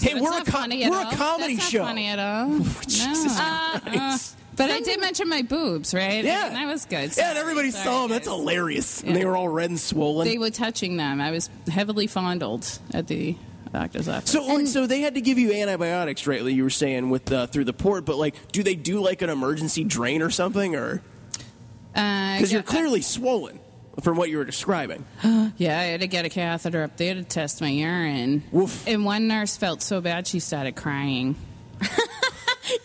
[SPEAKER 3] hey, we're a
[SPEAKER 5] That's
[SPEAKER 3] co-
[SPEAKER 5] not funny at
[SPEAKER 3] we're
[SPEAKER 5] all.
[SPEAKER 3] a comedy
[SPEAKER 5] That's
[SPEAKER 3] show.
[SPEAKER 5] Not funny at all. no. Uh, but I did mention my boobs, right?
[SPEAKER 3] Yeah.
[SPEAKER 5] and that was good.
[SPEAKER 3] Yeah, and everybody
[SPEAKER 5] Sorry,
[SPEAKER 3] saw them.
[SPEAKER 5] guys.
[SPEAKER 3] That's hilarious. And they were all red and swollen.
[SPEAKER 5] They were touching them. I was heavily fondled at the doctor's office.
[SPEAKER 3] So, like, so they had to give you antibiotics, right? Like you were saying with uh, through the port, but like, do they do like an emergency drain or something, or because
[SPEAKER 5] because
[SPEAKER 3] you're clearly swollen from what you were describing?
[SPEAKER 5] Yeah, I had to get a catheter up there to test my urine.
[SPEAKER 3] Woof.
[SPEAKER 5] And one nurse felt so bad she started crying.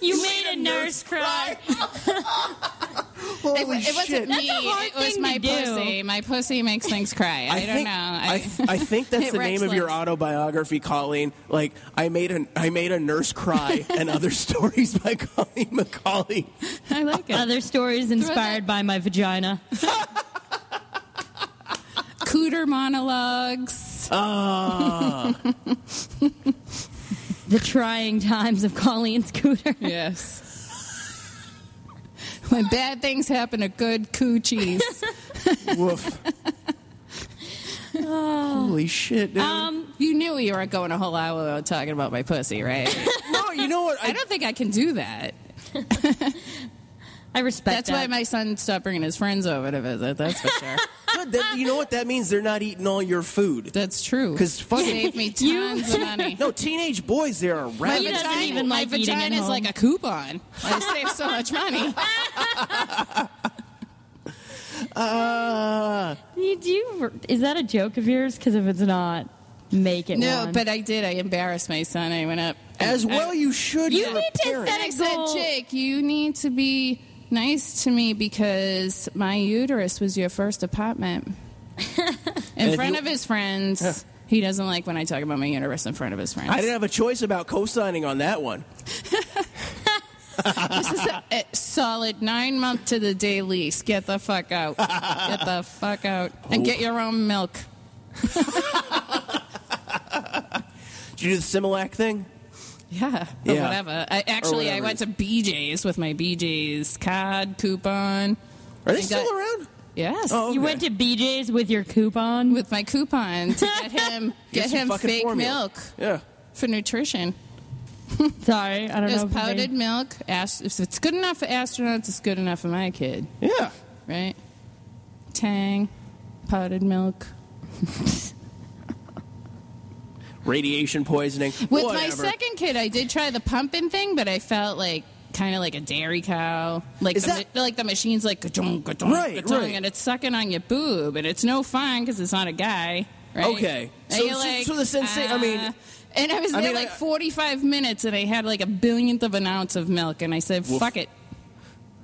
[SPEAKER 4] You, made a nurse cry.
[SPEAKER 3] Holy
[SPEAKER 5] it, wa- it wasn't me.
[SPEAKER 4] That's a hard
[SPEAKER 5] it was
[SPEAKER 4] thing
[SPEAKER 5] my
[SPEAKER 4] to do.
[SPEAKER 5] pussy. My pussy makes things cry. I, don't
[SPEAKER 3] think,
[SPEAKER 5] know.
[SPEAKER 3] I, th- I think that's
[SPEAKER 5] It
[SPEAKER 3] the name
[SPEAKER 5] wrecks
[SPEAKER 3] of your
[SPEAKER 5] legs.
[SPEAKER 3] autobiography, Colleen. Like, I made a I made a nurse cry and other stories by Colleen McCauley.
[SPEAKER 5] I like it.
[SPEAKER 4] Other stories inspired by my vagina.
[SPEAKER 5] Cooter monologues.
[SPEAKER 4] The trying times of Colleen Scooter.
[SPEAKER 5] Yes. when bad things happen to good coochies.
[SPEAKER 3] Woof. Holy shit, dude!
[SPEAKER 5] Uh,
[SPEAKER 4] Um,
[SPEAKER 5] you knew we weren't going a whole hour without talking about my pussy, right?
[SPEAKER 3] no, you know what?
[SPEAKER 5] I don't think I can do that.
[SPEAKER 4] I respect
[SPEAKER 5] That's
[SPEAKER 4] that.
[SPEAKER 5] why my son stopped bringing his friends over to visit. That's for sure.
[SPEAKER 3] Good, that- you know what that means? They're not eating all your food.
[SPEAKER 5] That's true.
[SPEAKER 3] 'Cause fucking-
[SPEAKER 5] saved me tons of money.
[SPEAKER 3] No, teenage boys, they are
[SPEAKER 5] My
[SPEAKER 4] He
[SPEAKER 3] rabbits.
[SPEAKER 4] doesn't
[SPEAKER 5] vagina,
[SPEAKER 4] even like
[SPEAKER 5] my
[SPEAKER 4] eating at
[SPEAKER 5] vagina is
[SPEAKER 4] home.
[SPEAKER 5] like a coupon. I saved so much money.
[SPEAKER 3] Uh,
[SPEAKER 4] You do. Is that a joke of yours? Because if it's not, make it.
[SPEAKER 5] No,
[SPEAKER 4] one.
[SPEAKER 5] but I did. I embarrassed my son. I went up.
[SPEAKER 3] as
[SPEAKER 5] and I-
[SPEAKER 3] well you should.
[SPEAKER 4] You
[SPEAKER 3] You're
[SPEAKER 4] need
[SPEAKER 3] a
[SPEAKER 4] to
[SPEAKER 3] parent.
[SPEAKER 4] set
[SPEAKER 5] And I said,
[SPEAKER 4] Goal.
[SPEAKER 5] Jake, you need to be nice to me because my uterus was your first apartment. in
[SPEAKER 3] if
[SPEAKER 5] front
[SPEAKER 3] you-
[SPEAKER 5] of his friends. He doesn't like when I talk about my uterus in front of his friends.
[SPEAKER 3] I didn't have a choice about co-signing on that one.
[SPEAKER 5] this is a, a solid nine month to the day lease. Get the fuck out. Get the fuck out. And get your own milk.
[SPEAKER 3] Did you do the Similac thing?
[SPEAKER 5] Yeah. Or
[SPEAKER 3] Yeah.
[SPEAKER 5] whatever. I, actually,
[SPEAKER 3] whatever
[SPEAKER 5] I went to BJ's with my BJ's card coupon.
[SPEAKER 3] Are they
[SPEAKER 5] I
[SPEAKER 3] still
[SPEAKER 5] got-
[SPEAKER 3] around?
[SPEAKER 5] Yes.
[SPEAKER 3] Oh,
[SPEAKER 4] You went to BJ's with your coupon.
[SPEAKER 5] With my coupon to get him get,
[SPEAKER 3] some
[SPEAKER 5] him
[SPEAKER 3] fucking
[SPEAKER 5] fake
[SPEAKER 3] formula.
[SPEAKER 5] milk
[SPEAKER 3] Yeah.
[SPEAKER 5] for nutrition.
[SPEAKER 4] Sorry, I don't
[SPEAKER 5] It was
[SPEAKER 4] know. if they-
[SPEAKER 5] powdered milk. Ast- if it's good enough for astronauts, it's good enough for my kid,
[SPEAKER 3] Yeah.
[SPEAKER 5] right? Tang, powdered milk.
[SPEAKER 3] Radiation poisoning.
[SPEAKER 5] With my
[SPEAKER 3] Whatever.
[SPEAKER 5] second kid, I did try the pumping thing, but I felt like kind of like a dairy cow. Like
[SPEAKER 3] Is
[SPEAKER 5] the,
[SPEAKER 3] that-
[SPEAKER 5] ma- like the machine's like ka-chung, ka-chung,
[SPEAKER 3] Right,
[SPEAKER 5] ka-chung,
[SPEAKER 3] right.
[SPEAKER 5] and it's sucking on your boob, and it's no fun because it's not a guy. Right?
[SPEAKER 3] Okay.
[SPEAKER 5] And
[SPEAKER 3] So
[SPEAKER 5] you're
[SPEAKER 3] it's just- so the sensa- I mean-
[SPEAKER 5] ah. and I was
[SPEAKER 3] I
[SPEAKER 5] there
[SPEAKER 3] mean,
[SPEAKER 5] like
[SPEAKER 3] I-
[SPEAKER 5] 45 minutes, and I had like a billionth of an ounce of milk, and I said, "Fuck it."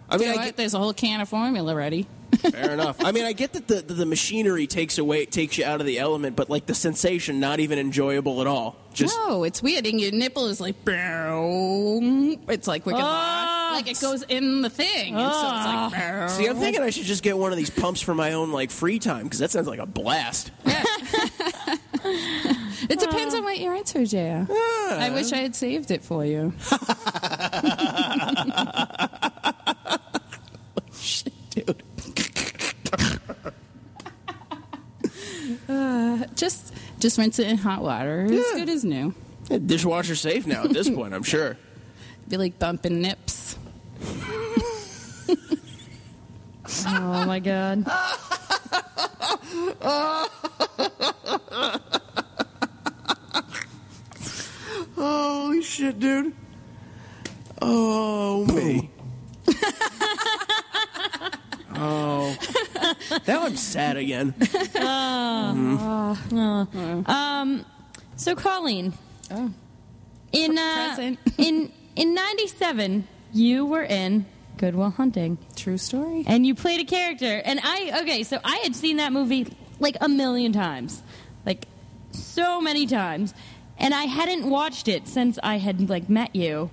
[SPEAKER 3] I mean,
[SPEAKER 5] You know
[SPEAKER 3] I
[SPEAKER 5] what?
[SPEAKER 3] get,
[SPEAKER 5] There's a whole can of formula ready.
[SPEAKER 3] fair enough. I mean, I get that the, the, the machinery takes away, takes you out of the element, but like the sensation, not even enjoyable at all. Just
[SPEAKER 5] no, it's weird. And your nipple is like, boom. It's like wicked
[SPEAKER 4] Ah.
[SPEAKER 5] Like it goes in the thing. And so it's like, boom.
[SPEAKER 3] see, I'm thinking I should just get one of these pumps for my own like free time because that sounds like a blast.
[SPEAKER 5] It depends on what you're into, JR. I wish I had saved it for you. Shit, dude. uh, just, just rinse it in hot water. It's
[SPEAKER 3] Yeah.
[SPEAKER 5] good as new.
[SPEAKER 3] Dishwasher safe now at this point, I'm sure.
[SPEAKER 5] Be like bumping nips.
[SPEAKER 4] Oh my god.
[SPEAKER 3] Holy shit, dude. Oh, me. oh. Now I'm sad again.
[SPEAKER 4] So Colleen, in uh,
[SPEAKER 5] Oh. Present.
[SPEAKER 4] in in '97, you were in Goodwill Hunting,
[SPEAKER 5] True story.
[SPEAKER 4] and you played a character. And I okay, so I had seen that movie like a million times, like so many times, and I hadn't watched it since I had like met you,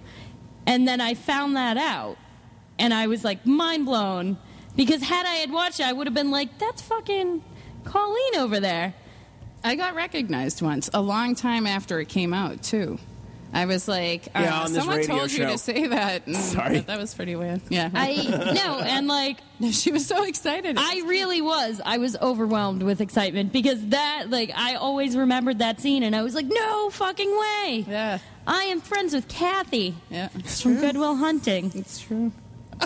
[SPEAKER 4] and then I found that out, and I was like mind blown because had I had watched it, I would have been like, that's fucking Colleen over there.
[SPEAKER 5] I got recognized once, a long time after it came out, too. I was like, uh,
[SPEAKER 3] Yeah, on this
[SPEAKER 5] someone
[SPEAKER 3] radio
[SPEAKER 5] told you
[SPEAKER 3] show.
[SPEAKER 5] to say that. and
[SPEAKER 3] Sorry.
[SPEAKER 5] That was pretty weird. Yeah.
[SPEAKER 4] I no, and like
[SPEAKER 5] she was so excited.
[SPEAKER 4] I really was. I was overwhelmed with excitement because that, like, I always remembered that scene, and I was like, "No fucking way!"
[SPEAKER 5] Yeah.
[SPEAKER 4] I am friends with Kathy
[SPEAKER 5] Yeah.
[SPEAKER 4] from Goodwill Hunting.
[SPEAKER 5] It's true.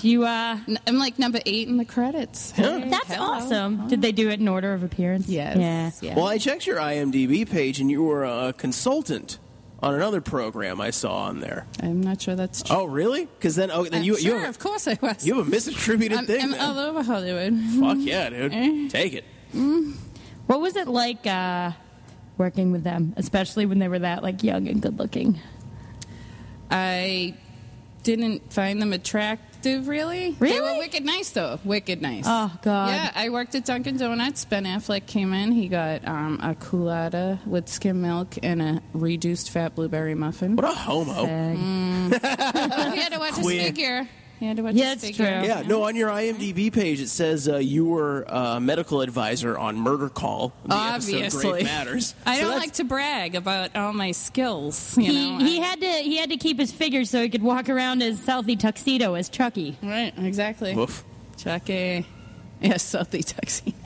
[SPEAKER 4] Do you? uh
[SPEAKER 5] N- I'm like number eight in the credits.
[SPEAKER 4] That's
[SPEAKER 5] Hello.
[SPEAKER 4] awesome. Did they do it in order of appearance?
[SPEAKER 5] Yes.
[SPEAKER 4] Yeah.
[SPEAKER 5] Yeah.
[SPEAKER 3] Well, I checked your IMDb page and you were a consultant on another program I saw on there.
[SPEAKER 5] I'm not sure that's true.
[SPEAKER 3] Oh, really? Because then, oh, then
[SPEAKER 5] I'm
[SPEAKER 3] you, you,
[SPEAKER 5] sure,
[SPEAKER 3] have,
[SPEAKER 5] of course I was.
[SPEAKER 3] you have a misattributed
[SPEAKER 5] I'm,
[SPEAKER 3] thing.
[SPEAKER 5] I'm Eh.
[SPEAKER 3] then.
[SPEAKER 5] all over Hollywood.
[SPEAKER 3] Fuck yeah, dude. Take it.
[SPEAKER 4] What was it like uh working with them, especially when they were that like young and good looking?
[SPEAKER 5] I didn't find them attractive, really. They
[SPEAKER 4] Really?
[SPEAKER 5] were wicked nice, though. Wicked nice.
[SPEAKER 4] Oh, God.
[SPEAKER 5] Yeah, I worked at Dunkin' Donuts. Ben Affleck came in. He got um, a culotta with skim milk and a reduced fat blueberry muffin.
[SPEAKER 3] What a homo.
[SPEAKER 5] he had to watch his
[SPEAKER 3] Queer.
[SPEAKER 5] figure. He had to watch
[SPEAKER 4] Yeah,
[SPEAKER 5] his
[SPEAKER 4] it's
[SPEAKER 5] figure.
[SPEAKER 4] true.
[SPEAKER 3] Yeah, no, on your IMDb page it says uh, you were a medical advisor on Murder Call. The episode
[SPEAKER 5] Obviously.
[SPEAKER 3] Great Matters.
[SPEAKER 5] I
[SPEAKER 3] So
[SPEAKER 5] don't
[SPEAKER 3] that's-
[SPEAKER 5] like to brag about all my skills. You
[SPEAKER 4] Mm. he,
[SPEAKER 5] know,
[SPEAKER 4] he
[SPEAKER 5] I-
[SPEAKER 4] had to he had to keep his figure so he could walk around his Southie tuxedo as Chucky.
[SPEAKER 5] right exactly.
[SPEAKER 3] Woof.
[SPEAKER 5] Chucky, yeah, Southie tuxedo,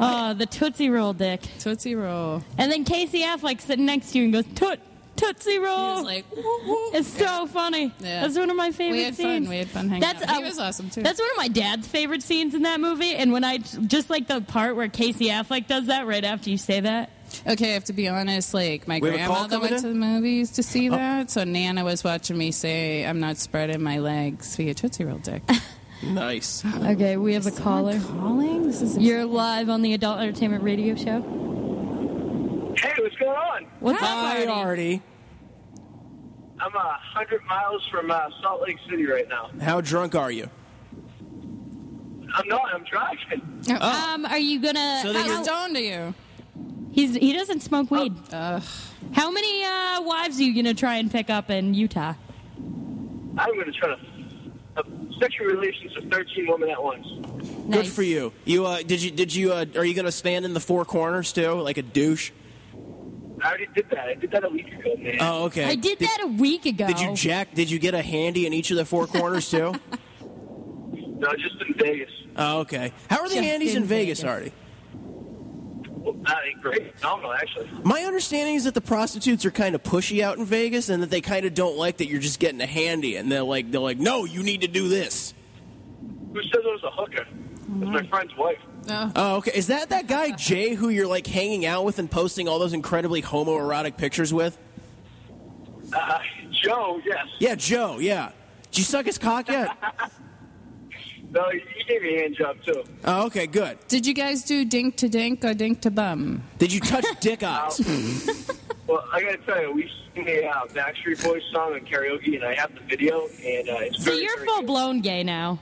[SPEAKER 4] Oh, the Tootsie Roll dick.
[SPEAKER 5] Tootsie Roll.
[SPEAKER 4] And then Casey Affleck sitting next to you and goes, Toot, Tootsie
[SPEAKER 5] He was
[SPEAKER 4] Roll.
[SPEAKER 5] like, woo, woo.
[SPEAKER 4] it's so funny.
[SPEAKER 5] Yeah.
[SPEAKER 4] That's one of my favorite
[SPEAKER 5] we had
[SPEAKER 4] scenes.
[SPEAKER 5] fun. We had fun hanging
[SPEAKER 4] That's
[SPEAKER 5] out.
[SPEAKER 4] uh,
[SPEAKER 5] he was awesome too.
[SPEAKER 4] That's one of my dad's favorite scenes in that movie. And when I just like the part where Casey Affleck does that right after you say that.
[SPEAKER 5] Okay, I have to be honest. Like my
[SPEAKER 3] We have a call
[SPEAKER 5] grandmother
[SPEAKER 3] coming
[SPEAKER 5] went
[SPEAKER 3] in? Oh.
[SPEAKER 5] to the movies to see that, so Nana was watching me say, "I'm not spreading my legs for your tootsie roll dick."
[SPEAKER 3] Nice.
[SPEAKER 4] Okay, we have a caller.
[SPEAKER 5] Calling? This is
[SPEAKER 4] You're live on the Adult Entertainment Radio Show.
[SPEAKER 8] Hey, what's going on?
[SPEAKER 4] What's
[SPEAKER 3] Hi,
[SPEAKER 4] up, Artie?
[SPEAKER 3] Artie.
[SPEAKER 8] I'm a hundred miles from uh, Salt Lake City right now.
[SPEAKER 3] How drunk are you?
[SPEAKER 8] I'm not. I'm driving.
[SPEAKER 4] Um, are you gonna?
[SPEAKER 3] Oh. So
[SPEAKER 5] How
[SPEAKER 4] how-
[SPEAKER 5] stoned are you?
[SPEAKER 4] he's he
[SPEAKER 3] Oh.
[SPEAKER 4] doesn't smoke weed. How many uh, wives are you gonna try and pick up in Utah?
[SPEAKER 8] I'm going to try to uh, sexual relations with 13 women at once.
[SPEAKER 3] Good for you. You uh, did you did you uh, are you gonna stand in the four corners too, like a douche?
[SPEAKER 8] I already did that. I did that a week ago, man.
[SPEAKER 3] Oh, okay.
[SPEAKER 4] I did that a week ago.
[SPEAKER 3] Did you jack? Did you get a handy in each of the four corners too?
[SPEAKER 8] No, just in Vegas.
[SPEAKER 3] oh, okay. How are the
[SPEAKER 4] Just
[SPEAKER 3] handies in
[SPEAKER 4] in
[SPEAKER 3] Vegas,
[SPEAKER 4] Vegas.
[SPEAKER 3] Artie?
[SPEAKER 8] Well, that ain't great. Phenomenal, actually.
[SPEAKER 3] My understanding is that the prostitutes are kind of pushy out in Vegas, and that they kind of don't like that you're just getting a handy, and they're like, they're like, no, you need to do this.
[SPEAKER 8] Who says I was a hooker? It's
[SPEAKER 4] Mm-hmm.
[SPEAKER 8] my friend's wife.
[SPEAKER 3] Oh, okay. Is that that guy Jay who you're like hanging out with and posting all those incredibly homoerotic pictures with?
[SPEAKER 8] Uh, Joe, yes.
[SPEAKER 3] Yeah, Joe. Yeah. Did you suck his cock yet?
[SPEAKER 8] No, he he gave me a hand job, too.
[SPEAKER 3] Oh, okay, good.
[SPEAKER 5] Did you guys do dink to dink or dink to bum?
[SPEAKER 3] Did you touch dick eyes?
[SPEAKER 8] Well, I got to tell you, we sing a uh, Backstreet Boys song in karaoke, and I have the video, and uh, it's
[SPEAKER 4] so
[SPEAKER 8] very,
[SPEAKER 4] you're
[SPEAKER 8] very
[SPEAKER 4] full
[SPEAKER 8] good.
[SPEAKER 4] blown gay now.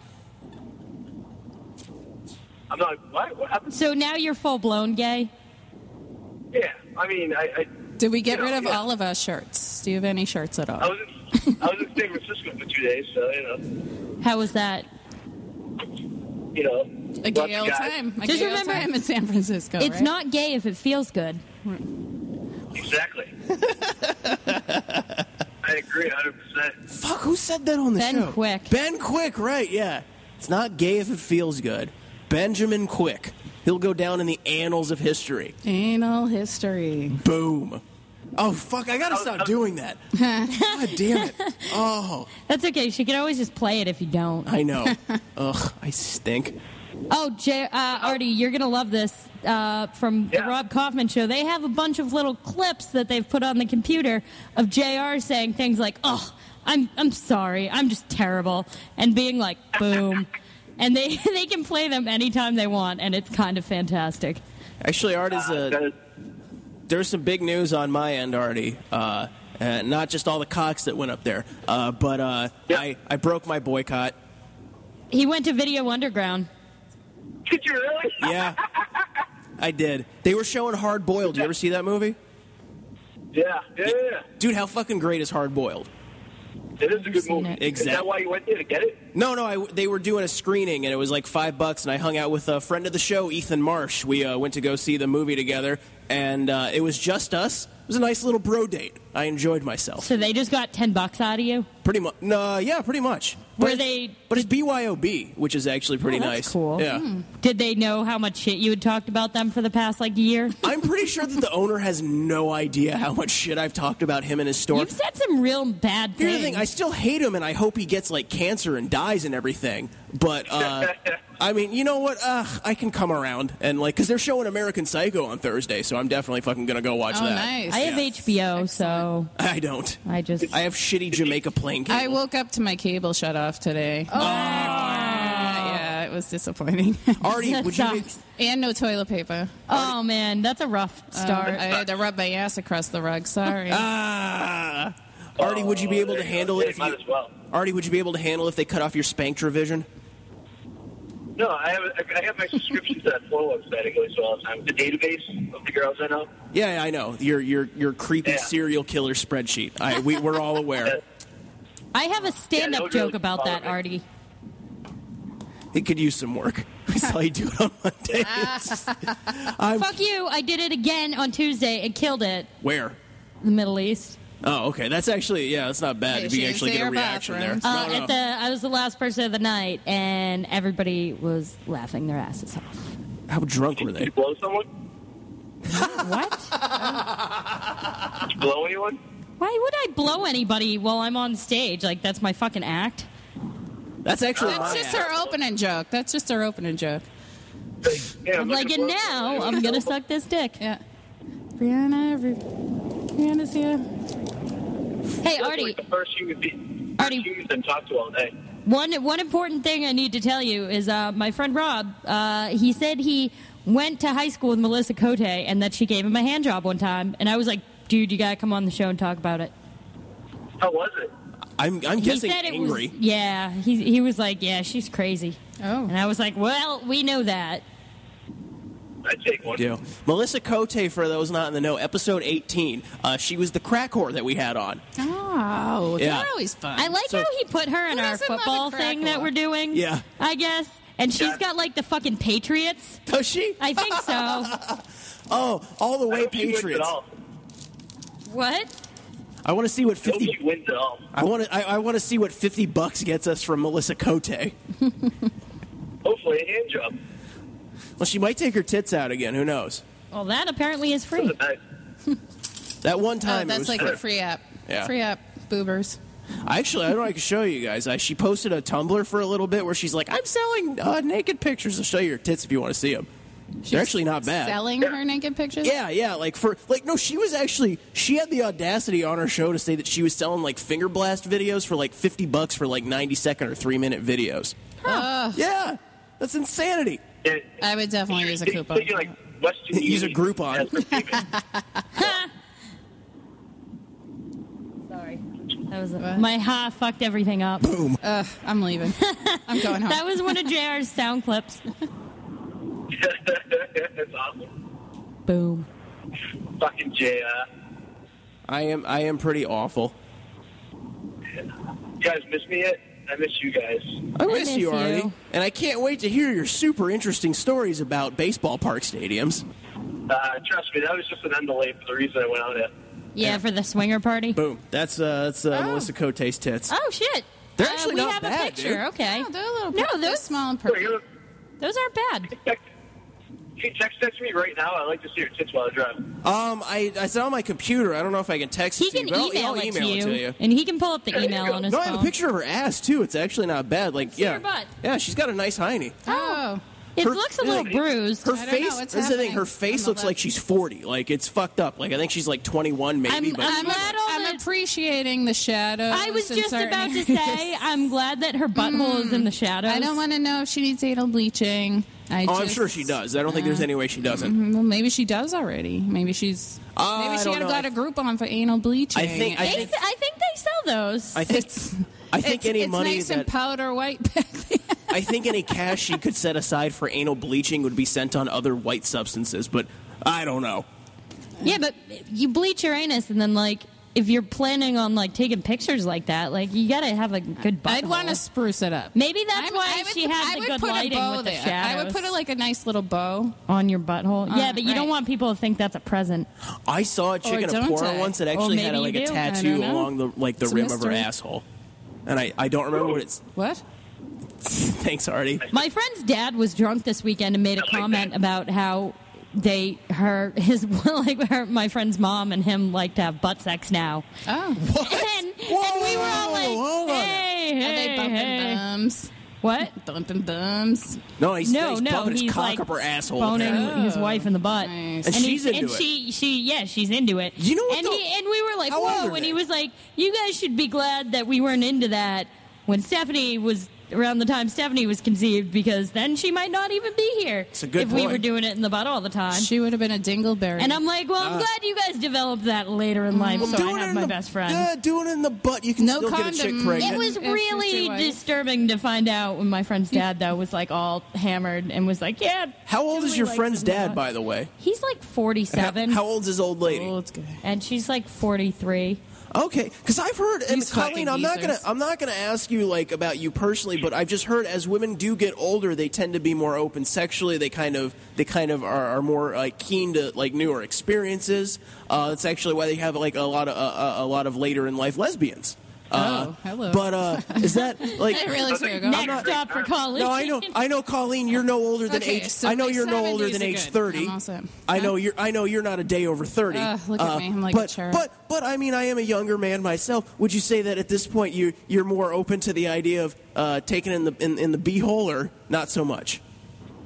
[SPEAKER 8] I'm like, what? What happened?
[SPEAKER 4] So now you're full blown gay.
[SPEAKER 8] Yeah, I mean, I, I,
[SPEAKER 5] Did we get
[SPEAKER 8] You know,
[SPEAKER 5] rid of
[SPEAKER 8] yeah.
[SPEAKER 5] all of our shirts? Do you have any shirts at all?
[SPEAKER 8] I was in, I was in San Francisco for two days, so you know,
[SPEAKER 4] How was that?
[SPEAKER 8] you know,
[SPEAKER 5] a
[SPEAKER 8] lots
[SPEAKER 5] gay
[SPEAKER 8] of
[SPEAKER 5] old
[SPEAKER 8] guys.
[SPEAKER 5] time. A
[SPEAKER 4] Just
[SPEAKER 5] gay
[SPEAKER 4] remember-
[SPEAKER 5] old time in San Francisco.
[SPEAKER 4] It's
[SPEAKER 5] right?
[SPEAKER 4] not gay if it feels good.
[SPEAKER 8] Exactly. I agree, hundred percent.
[SPEAKER 3] Fuck, who said that on the
[SPEAKER 4] Ben
[SPEAKER 3] show?
[SPEAKER 4] Quick.
[SPEAKER 3] Ben Quick, right, yeah. It's not gay if it feels good. Benjamin Quick. He'll go down in the annals of history.
[SPEAKER 5] anal history.
[SPEAKER 3] Boom. Oh, fuck, I gotta
[SPEAKER 8] Oh,
[SPEAKER 3] stop
[SPEAKER 8] oh.
[SPEAKER 3] doing that. God damn it. Oh,
[SPEAKER 4] That's okay. She can always just play it if you don't.
[SPEAKER 3] I know. Ugh, I stink.
[SPEAKER 4] Oh, Jay, uh, Artie, you're gonna love this uh, from
[SPEAKER 8] Yeah.
[SPEAKER 4] the Rob Kaufman show. They have a bunch of little clips that they've put on the computer of Jr. saying things like, "Oh, I'm I'm sorry, I'm just terrible," and being like, "Boom," and they they can play them anytime they want, and it's kind of fantastic.
[SPEAKER 3] Actually, Art is
[SPEAKER 8] That
[SPEAKER 3] a.
[SPEAKER 8] is
[SPEAKER 3] There's some big news on my end, Artie. Uh, uh, not just all the cocks that went up there, uh, but uh,
[SPEAKER 8] Yeah.
[SPEAKER 3] I, I broke my boycott.
[SPEAKER 4] He went to Video Underground.
[SPEAKER 8] Did you really?
[SPEAKER 3] Yeah, I did. They were showing Hard Boiled. You ever see that movie?
[SPEAKER 8] Yeah, yeah, yeah.
[SPEAKER 3] Dude, how fucking great is Hard Boiled?
[SPEAKER 8] It is a good
[SPEAKER 4] seen
[SPEAKER 8] movie.
[SPEAKER 4] it.
[SPEAKER 8] Is that
[SPEAKER 3] Exact-
[SPEAKER 8] why you went there to get it?
[SPEAKER 3] No, no, I, they were doing a screening and it was like five bucks, and I hung out with a friend of the show, Ethan Marsh. We uh, went to go see the movie together, and uh, it was just us. It was a nice little bro date. I enjoyed myself.
[SPEAKER 4] So they just got ten bucks out of you.
[SPEAKER 3] Pretty much. No, yeah, pretty much.
[SPEAKER 4] Were
[SPEAKER 3] it-
[SPEAKER 4] they-
[SPEAKER 3] But it's BYOB, which is actually pretty
[SPEAKER 4] Oh, that's
[SPEAKER 3] nice.
[SPEAKER 4] cool.
[SPEAKER 3] Yeah.
[SPEAKER 4] Did they know how much shit you had talked about them for the past like year?
[SPEAKER 3] I'm pretty sure that the owner has no idea how much shit I've talked about him and his store.
[SPEAKER 4] You've said some real bad
[SPEAKER 3] Here's
[SPEAKER 4] things.
[SPEAKER 3] the thing: I still hate him, and I hope he gets like cancer and dies and everything. But uh, I mean, you know what? Uh, I can come around and like because they're showing American Psycho on Thursday, so I'm definitely fucking gonna go watch
[SPEAKER 5] Oh,
[SPEAKER 3] that.
[SPEAKER 5] nice.
[SPEAKER 4] I have HBO, so
[SPEAKER 3] I don't.
[SPEAKER 4] I just.
[SPEAKER 3] I have shitty Jamaica plane.
[SPEAKER 5] I
[SPEAKER 3] Cable.
[SPEAKER 5] woke up to my cable shut off today. Oh. Yeah, it was disappointing.
[SPEAKER 3] Artie,
[SPEAKER 4] That
[SPEAKER 3] would you?
[SPEAKER 4] sucks.
[SPEAKER 5] and no toilet paper. Um,
[SPEAKER 4] Oh man, that's a rough
[SPEAKER 3] Um,
[SPEAKER 4] start.
[SPEAKER 5] I had to rub my ass across the rug. Sorry.
[SPEAKER 3] Oh. Ah. Artie, would you be
[SPEAKER 8] Oh,
[SPEAKER 3] able to
[SPEAKER 8] there you go.
[SPEAKER 3] handle
[SPEAKER 8] Yeah,
[SPEAKER 3] it if
[SPEAKER 8] might
[SPEAKER 3] you?
[SPEAKER 8] as well.
[SPEAKER 3] Artie, would you be able to handle if they cut off your spank revision?
[SPEAKER 8] No, I have I have my subscription to that porn website. I go to all the time. The database of the girls I know.
[SPEAKER 3] Yeah, I know your your your creepy
[SPEAKER 8] Yeah.
[SPEAKER 3] serial killer spreadsheet. I, we we're all aware.
[SPEAKER 4] I have a stand-up
[SPEAKER 8] Yeah, no
[SPEAKER 4] joke
[SPEAKER 8] joke.
[SPEAKER 4] about that,
[SPEAKER 8] All right.
[SPEAKER 4] Artie.
[SPEAKER 3] It could use some work. I saw you do it on Monday. I'm,
[SPEAKER 4] Fuck you! I did it again on Tuesday and killed it.
[SPEAKER 3] Where?
[SPEAKER 4] The Middle East.
[SPEAKER 3] Oh, okay. That's actually yeah. That's not bad.
[SPEAKER 5] Hey,
[SPEAKER 3] if you
[SPEAKER 5] she
[SPEAKER 3] actually get
[SPEAKER 5] didn't
[SPEAKER 3] a
[SPEAKER 5] say our
[SPEAKER 3] reaction there.
[SPEAKER 5] bathrooms.
[SPEAKER 4] Uh,
[SPEAKER 3] No, no,
[SPEAKER 4] At the, I was the last person of the night, and everybody was laughing their asses off.
[SPEAKER 3] no. How drunk were
[SPEAKER 8] Did
[SPEAKER 3] they?
[SPEAKER 8] you blow someone?
[SPEAKER 4] What?
[SPEAKER 8] Did you blow anyone?
[SPEAKER 4] Why would I blow anybody while I'm on stage? Like that's my fucking act.
[SPEAKER 3] That's actually
[SPEAKER 5] That's
[SPEAKER 3] my
[SPEAKER 5] just
[SPEAKER 3] app.
[SPEAKER 5] her opening joke. That's just her opening joke.
[SPEAKER 8] Yeah,
[SPEAKER 4] I'm like,
[SPEAKER 8] looking
[SPEAKER 4] and
[SPEAKER 8] for
[SPEAKER 4] now
[SPEAKER 8] someone.
[SPEAKER 4] I'm gonna suck this dick.
[SPEAKER 5] Yeah. Brianna, every- Brianna's here.
[SPEAKER 4] Hey,
[SPEAKER 8] That's
[SPEAKER 4] Artie.
[SPEAKER 8] Like the first human being.
[SPEAKER 4] Artie.
[SPEAKER 8] first humans I talked to all day.
[SPEAKER 4] One one important thing I need to tell you is uh, my friend Rob. Uh, he said he went to high school with Melissa Cote and that she gave him a hand job one time. And I was like, dude, you gotta come on the show and talk about it.
[SPEAKER 8] How was it?
[SPEAKER 3] I'm I'm guessing
[SPEAKER 4] he said it
[SPEAKER 3] angry.
[SPEAKER 4] was yeah. He he was like, yeah, she's crazy.
[SPEAKER 5] Oh.
[SPEAKER 4] And I was like, well, we know that.
[SPEAKER 8] I I'd take one.
[SPEAKER 3] do. Melissa Cote, for those not in the know, episode 18, uh, she was the crack whore that we had on.
[SPEAKER 5] Oh,
[SPEAKER 3] Yeah.
[SPEAKER 5] they're always fun.
[SPEAKER 4] I like
[SPEAKER 3] So-
[SPEAKER 4] how he put her in
[SPEAKER 5] Who
[SPEAKER 4] our
[SPEAKER 5] doesn't love a
[SPEAKER 4] football thing
[SPEAKER 5] crackle?
[SPEAKER 4] that we're doing.
[SPEAKER 3] Yeah.
[SPEAKER 4] I guess. And she's
[SPEAKER 8] Yeah.
[SPEAKER 4] got like the fucking Patriots.
[SPEAKER 3] Does she?
[SPEAKER 4] I think so.
[SPEAKER 3] Oh, all the
[SPEAKER 8] I
[SPEAKER 3] way
[SPEAKER 8] hope she wins at
[SPEAKER 3] Patriots.
[SPEAKER 8] all.
[SPEAKER 4] what?
[SPEAKER 3] I want to see what
[SPEAKER 8] I hope
[SPEAKER 3] 50
[SPEAKER 8] she wins at all.
[SPEAKER 3] I want to I, I want to see what 50 bucks gets us from Melissa Cote.
[SPEAKER 8] Hopefully a hand job.
[SPEAKER 3] Well, she might take her tits out again, who knows.
[SPEAKER 4] Well, that apparently is free.
[SPEAKER 8] I-
[SPEAKER 3] That one
[SPEAKER 5] Oh,
[SPEAKER 3] time it
[SPEAKER 5] that's
[SPEAKER 3] was
[SPEAKER 5] like
[SPEAKER 3] free.
[SPEAKER 5] a free app.
[SPEAKER 3] Yeah.
[SPEAKER 5] Free app boobers.
[SPEAKER 3] Actually, I don't know. I can show you guys. I, she posted a Tumblr for a little bit where she's like, "I'm selling uh, naked pictures. I'll show you her tits if you want to see them." They're actually not bad.
[SPEAKER 5] Selling her naked pictures.
[SPEAKER 3] Yeah, yeah. Like for like, no, she was actually she had the audacity on her show to say that she was selling like finger blast videos for like fifty bucks for like ninety second or three minute videos. Yeah, that's insanity.
[SPEAKER 8] and-
[SPEAKER 5] I would definitely use a
[SPEAKER 8] They-
[SPEAKER 5] coupon.
[SPEAKER 8] they do, like Western
[SPEAKER 3] Use a
[SPEAKER 8] Union
[SPEAKER 3] Groupon.
[SPEAKER 8] as for payment.
[SPEAKER 4] Sorry. That was
[SPEAKER 5] What?
[SPEAKER 4] my ha fucked everything up.
[SPEAKER 5] Ugh, I'm leaving. I'm going home.
[SPEAKER 4] That was one of JR's sound clips.
[SPEAKER 8] That's awesome.
[SPEAKER 4] Boom.
[SPEAKER 8] Fucking uh, JR.
[SPEAKER 3] I am I am pretty awful.
[SPEAKER 8] You guys miss me yet? I miss you guys.
[SPEAKER 3] I miss,
[SPEAKER 4] miss
[SPEAKER 3] you, Arnie,
[SPEAKER 4] you.
[SPEAKER 3] and I can't wait to hear your super interesting stories about baseball park stadiums.
[SPEAKER 8] Uh, trust me, that was just an underlay for the reason I went out at.
[SPEAKER 4] Yeah, for the swinger party.
[SPEAKER 3] Boom. That's uh, that's uh, Melissa Cote's tits.
[SPEAKER 4] Oh shit.
[SPEAKER 3] They're
[SPEAKER 4] Uh,
[SPEAKER 3] actually
[SPEAKER 4] we
[SPEAKER 3] not
[SPEAKER 4] have a
[SPEAKER 3] bad,
[SPEAKER 4] picture.
[SPEAKER 3] dude.
[SPEAKER 4] Okay.
[SPEAKER 5] No, they're a little.
[SPEAKER 4] No,
[SPEAKER 5] they're
[SPEAKER 4] those
[SPEAKER 5] small and
[SPEAKER 8] Here, you
[SPEAKER 5] perfect.
[SPEAKER 8] know,
[SPEAKER 4] Those aren't bad.
[SPEAKER 8] text- Can you text text me right now? I'd like to see your tits while I drive.
[SPEAKER 3] Um, I, it's on my computer. I don't know if I can text
[SPEAKER 4] He
[SPEAKER 3] it to
[SPEAKER 4] can
[SPEAKER 3] you, but I'll-
[SPEAKER 4] email,
[SPEAKER 3] I'll,
[SPEAKER 4] it,
[SPEAKER 3] email
[SPEAKER 4] to you,
[SPEAKER 3] it to you.
[SPEAKER 4] and he can pull up the email on his
[SPEAKER 3] No, I
[SPEAKER 4] phone.
[SPEAKER 3] have a picture of her ass too. It's actually not bad. Like,
[SPEAKER 4] see
[SPEAKER 3] yeah,
[SPEAKER 4] her butt.
[SPEAKER 3] yeah, she's got a nice hiney.
[SPEAKER 5] Oh,
[SPEAKER 4] It
[SPEAKER 3] Her-
[SPEAKER 4] looks a
[SPEAKER 3] yeah.
[SPEAKER 4] little bruised.
[SPEAKER 3] Her
[SPEAKER 5] I don't know,
[SPEAKER 3] face.
[SPEAKER 5] what's
[SPEAKER 3] That's the thing. Her
[SPEAKER 5] happening
[SPEAKER 3] face
[SPEAKER 5] on the
[SPEAKER 3] looks like
[SPEAKER 5] left?
[SPEAKER 3] she's forty. Like it's fucked up. Like I think she's like twenty one, maybe.
[SPEAKER 4] I'm-
[SPEAKER 3] but
[SPEAKER 4] I'm glad all
[SPEAKER 5] I'm
[SPEAKER 4] the-
[SPEAKER 5] appreciating the shadows.
[SPEAKER 4] I was
[SPEAKER 5] in
[SPEAKER 4] just
[SPEAKER 5] certain
[SPEAKER 4] about to
[SPEAKER 5] areas.
[SPEAKER 4] say, I'm glad that her butthole is
[SPEAKER 3] Mm.
[SPEAKER 4] in the shadows.
[SPEAKER 5] I don't want to know if she needs anal bleaching. I
[SPEAKER 3] oh, I'm
[SPEAKER 5] just- Mm-hmm.
[SPEAKER 3] sure she does. I don't think there's any way she doesn't.
[SPEAKER 5] Well, maybe she does already. Maybe she's.
[SPEAKER 3] Uh,
[SPEAKER 5] maybe
[SPEAKER 3] I
[SPEAKER 5] she
[SPEAKER 3] don't
[SPEAKER 5] got
[SPEAKER 3] know.
[SPEAKER 5] got a group on for anal bleaching.
[SPEAKER 3] I think-
[SPEAKER 4] They, s- I think they sell those.
[SPEAKER 3] I think.
[SPEAKER 5] It's-
[SPEAKER 3] I think
[SPEAKER 5] it's,
[SPEAKER 3] any
[SPEAKER 5] it's
[SPEAKER 3] money
[SPEAKER 5] nice and
[SPEAKER 3] that
[SPEAKER 5] powder white back there.
[SPEAKER 3] I think any cash she could set aside for anal bleaching would be sent on other white substances, but I don't know.
[SPEAKER 4] yeah, but you bleach your anus, and then like if you're planning on like taking pictures like that, like you gotta have a good butthole.
[SPEAKER 5] I'd want to spruce it up.
[SPEAKER 4] Maybe that's
[SPEAKER 5] I'm-
[SPEAKER 4] why
[SPEAKER 5] I would-
[SPEAKER 4] she has
[SPEAKER 5] I
[SPEAKER 4] the
[SPEAKER 5] would
[SPEAKER 4] good
[SPEAKER 5] put a
[SPEAKER 4] lighting
[SPEAKER 5] bow
[SPEAKER 4] with the
[SPEAKER 5] there.
[SPEAKER 4] shadows.
[SPEAKER 5] I would put a, like a nice little bow.
[SPEAKER 4] on your butthole. yeah, but you
[SPEAKER 5] right.
[SPEAKER 4] don't want people to think that's a present.
[SPEAKER 3] I saw a chick
[SPEAKER 5] Or
[SPEAKER 3] in a
[SPEAKER 5] don't
[SPEAKER 3] porn
[SPEAKER 5] I?
[SPEAKER 3] once that actually had
[SPEAKER 4] maybe
[SPEAKER 3] like
[SPEAKER 4] you
[SPEAKER 3] a
[SPEAKER 4] do. I
[SPEAKER 3] tattoo
[SPEAKER 5] don't know.
[SPEAKER 3] along the like the
[SPEAKER 5] It's a
[SPEAKER 3] rim of her
[SPEAKER 5] mystery.
[SPEAKER 3] asshole, and I, I don't remember what it's.
[SPEAKER 5] What?
[SPEAKER 3] Thanks, Artie.
[SPEAKER 4] My friend's dad was drunk this weekend and made a
[SPEAKER 8] like
[SPEAKER 4] comment
[SPEAKER 8] that.
[SPEAKER 4] about how they her his like her, my friend's mom and him like to have butt sex now.
[SPEAKER 5] Oh,
[SPEAKER 4] And, and we were all
[SPEAKER 3] Whoa, hold on.
[SPEAKER 4] like, hey, hey,
[SPEAKER 5] are they bumping
[SPEAKER 4] hey.
[SPEAKER 5] bums?
[SPEAKER 4] What?
[SPEAKER 5] Bumping bums.
[SPEAKER 3] No, he's,
[SPEAKER 4] No,
[SPEAKER 3] he's
[SPEAKER 4] no,
[SPEAKER 3] bumping
[SPEAKER 4] he's
[SPEAKER 3] his cock
[SPEAKER 4] like
[SPEAKER 3] up her asshole.
[SPEAKER 4] boning
[SPEAKER 3] apparently.
[SPEAKER 4] his wife in the butt,
[SPEAKER 5] Nice.
[SPEAKER 3] And she's
[SPEAKER 4] he's- and
[SPEAKER 3] into it.
[SPEAKER 4] she, she, yeah, she's into it.
[SPEAKER 3] You know what,
[SPEAKER 4] And,
[SPEAKER 3] though?
[SPEAKER 4] he, and we were like,
[SPEAKER 3] How old
[SPEAKER 4] whoa!
[SPEAKER 3] are
[SPEAKER 4] And
[SPEAKER 3] they?
[SPEAKER 4] he was like, you guys should be glad that we weren't into that when Stephanie was around the time Stephanie was conceived, because then she might not even be here
[SPEAKER 3] It's a good
[SPEAKER 4] if we
[SPEAKER 3] point.
[SPEAKER 4] were doing it in the butt all the time.
[SPEAKER 5] She would have been a dingleberry.
[SPEAKER 4] and I'm like, well, I'm glad you guys developed that later in life, so I
[SPEAKER 3] Uh, it
[SPEAKER 4] have
[SPEAKER 3] in
[SPEAKER 4] my
[SPEAKER 3] the,
[SPEAKER 4] best friend.
[SPEAKER 3] Yeah, doing it in the butt. You can
[SPEAKER 5] No
[SPEAKER 3] still get a chick
[SPEAKER 5] condom.
[SPEAKER 3] pregnant.
[SPEAKER 4] It was
[SPEAKER 5] If it's
[SPEAKER 4] really
[SPEAKER 5] your wife.
[SPEAKER 4] disturbing to find out when my friend's dad, though, was like all hammered and was like, "Yeah."
[SPEAKER 3] How old is
[SPEAKER 4] Julie
[SPEAKER 3] your
[SPEAKER 4] likes
[SPEAKER 3] friend's
[SPEAKER 4] him a
[SPEAKER 3] dad,
[SPEAKER 4] lot.
[SPEAKER 3] by the way?
[SPEAKER 4] He's like
[SPEAKER 3] How,
[SPEAKER 4] forty-seven,
[SPEAKER 3] how old's his old lady?
[SPEAKER 5] oh, it's good.
[SPEAKER 4] and she's like forty-three.
[SPEAKER 3] Okay, because I've heard, and
[SPEAKER 5] These
[SPEAKER 3] Colleen,
[SPEAKER 5] fucking
[SPEAKER 3] I'm not gonna,
[SPEAKER 5] geezers.
[SPEAKER 3] I'm not gonna ask you like about you personally, but I've just heard as women do get older, they tend to be more open sexually. They kind of, they kind of are, are more like keen to like newer experiences. Uh, that's actually why they have like a lot of uh, uh, a lot of later in life lesbians. Uh,
[SPEAKER 5] Oh, hello.
[SPEAKER 3] But uh, is that like?
[SPEAKER 5] I realize where you're going.
[SPEAKER 4] Next up for Colleen.
[SPEAKER 3] No, I know, I know, Colleen. You're no older than
[SPEAKER 5] Okay,
[SPEAKER 3] age.
[SPEAKER 5] so
[SPEAKER 3] I know
[SPEAKER 5] my
[SPEAKER 3] you're no older
[SPEAKER 5] 70s
[SPEAKER 3] than
[SPEAKER 5] are
[SPEAKER 3] age
[SPEAKER 5] good.
[SPEAKER 3] thirty.
[SPEAKER 5] I'm all set.
[SPEAKER 3] I know
[SPEAKER 5] Huh?
[SPEAKER 3] you're. I know you're not a day over thirty. Uh,
[SPEAKER 5] Ugh, look at me. I'm like a
[SPEAKER 3] but,
[SPEAKER 5] church.
[SPEAKER 3] But but I mean, I am a younger man myself. Would you say that at this point you you're more open to the idea of uh, taking in the in, in the beehole or not so much?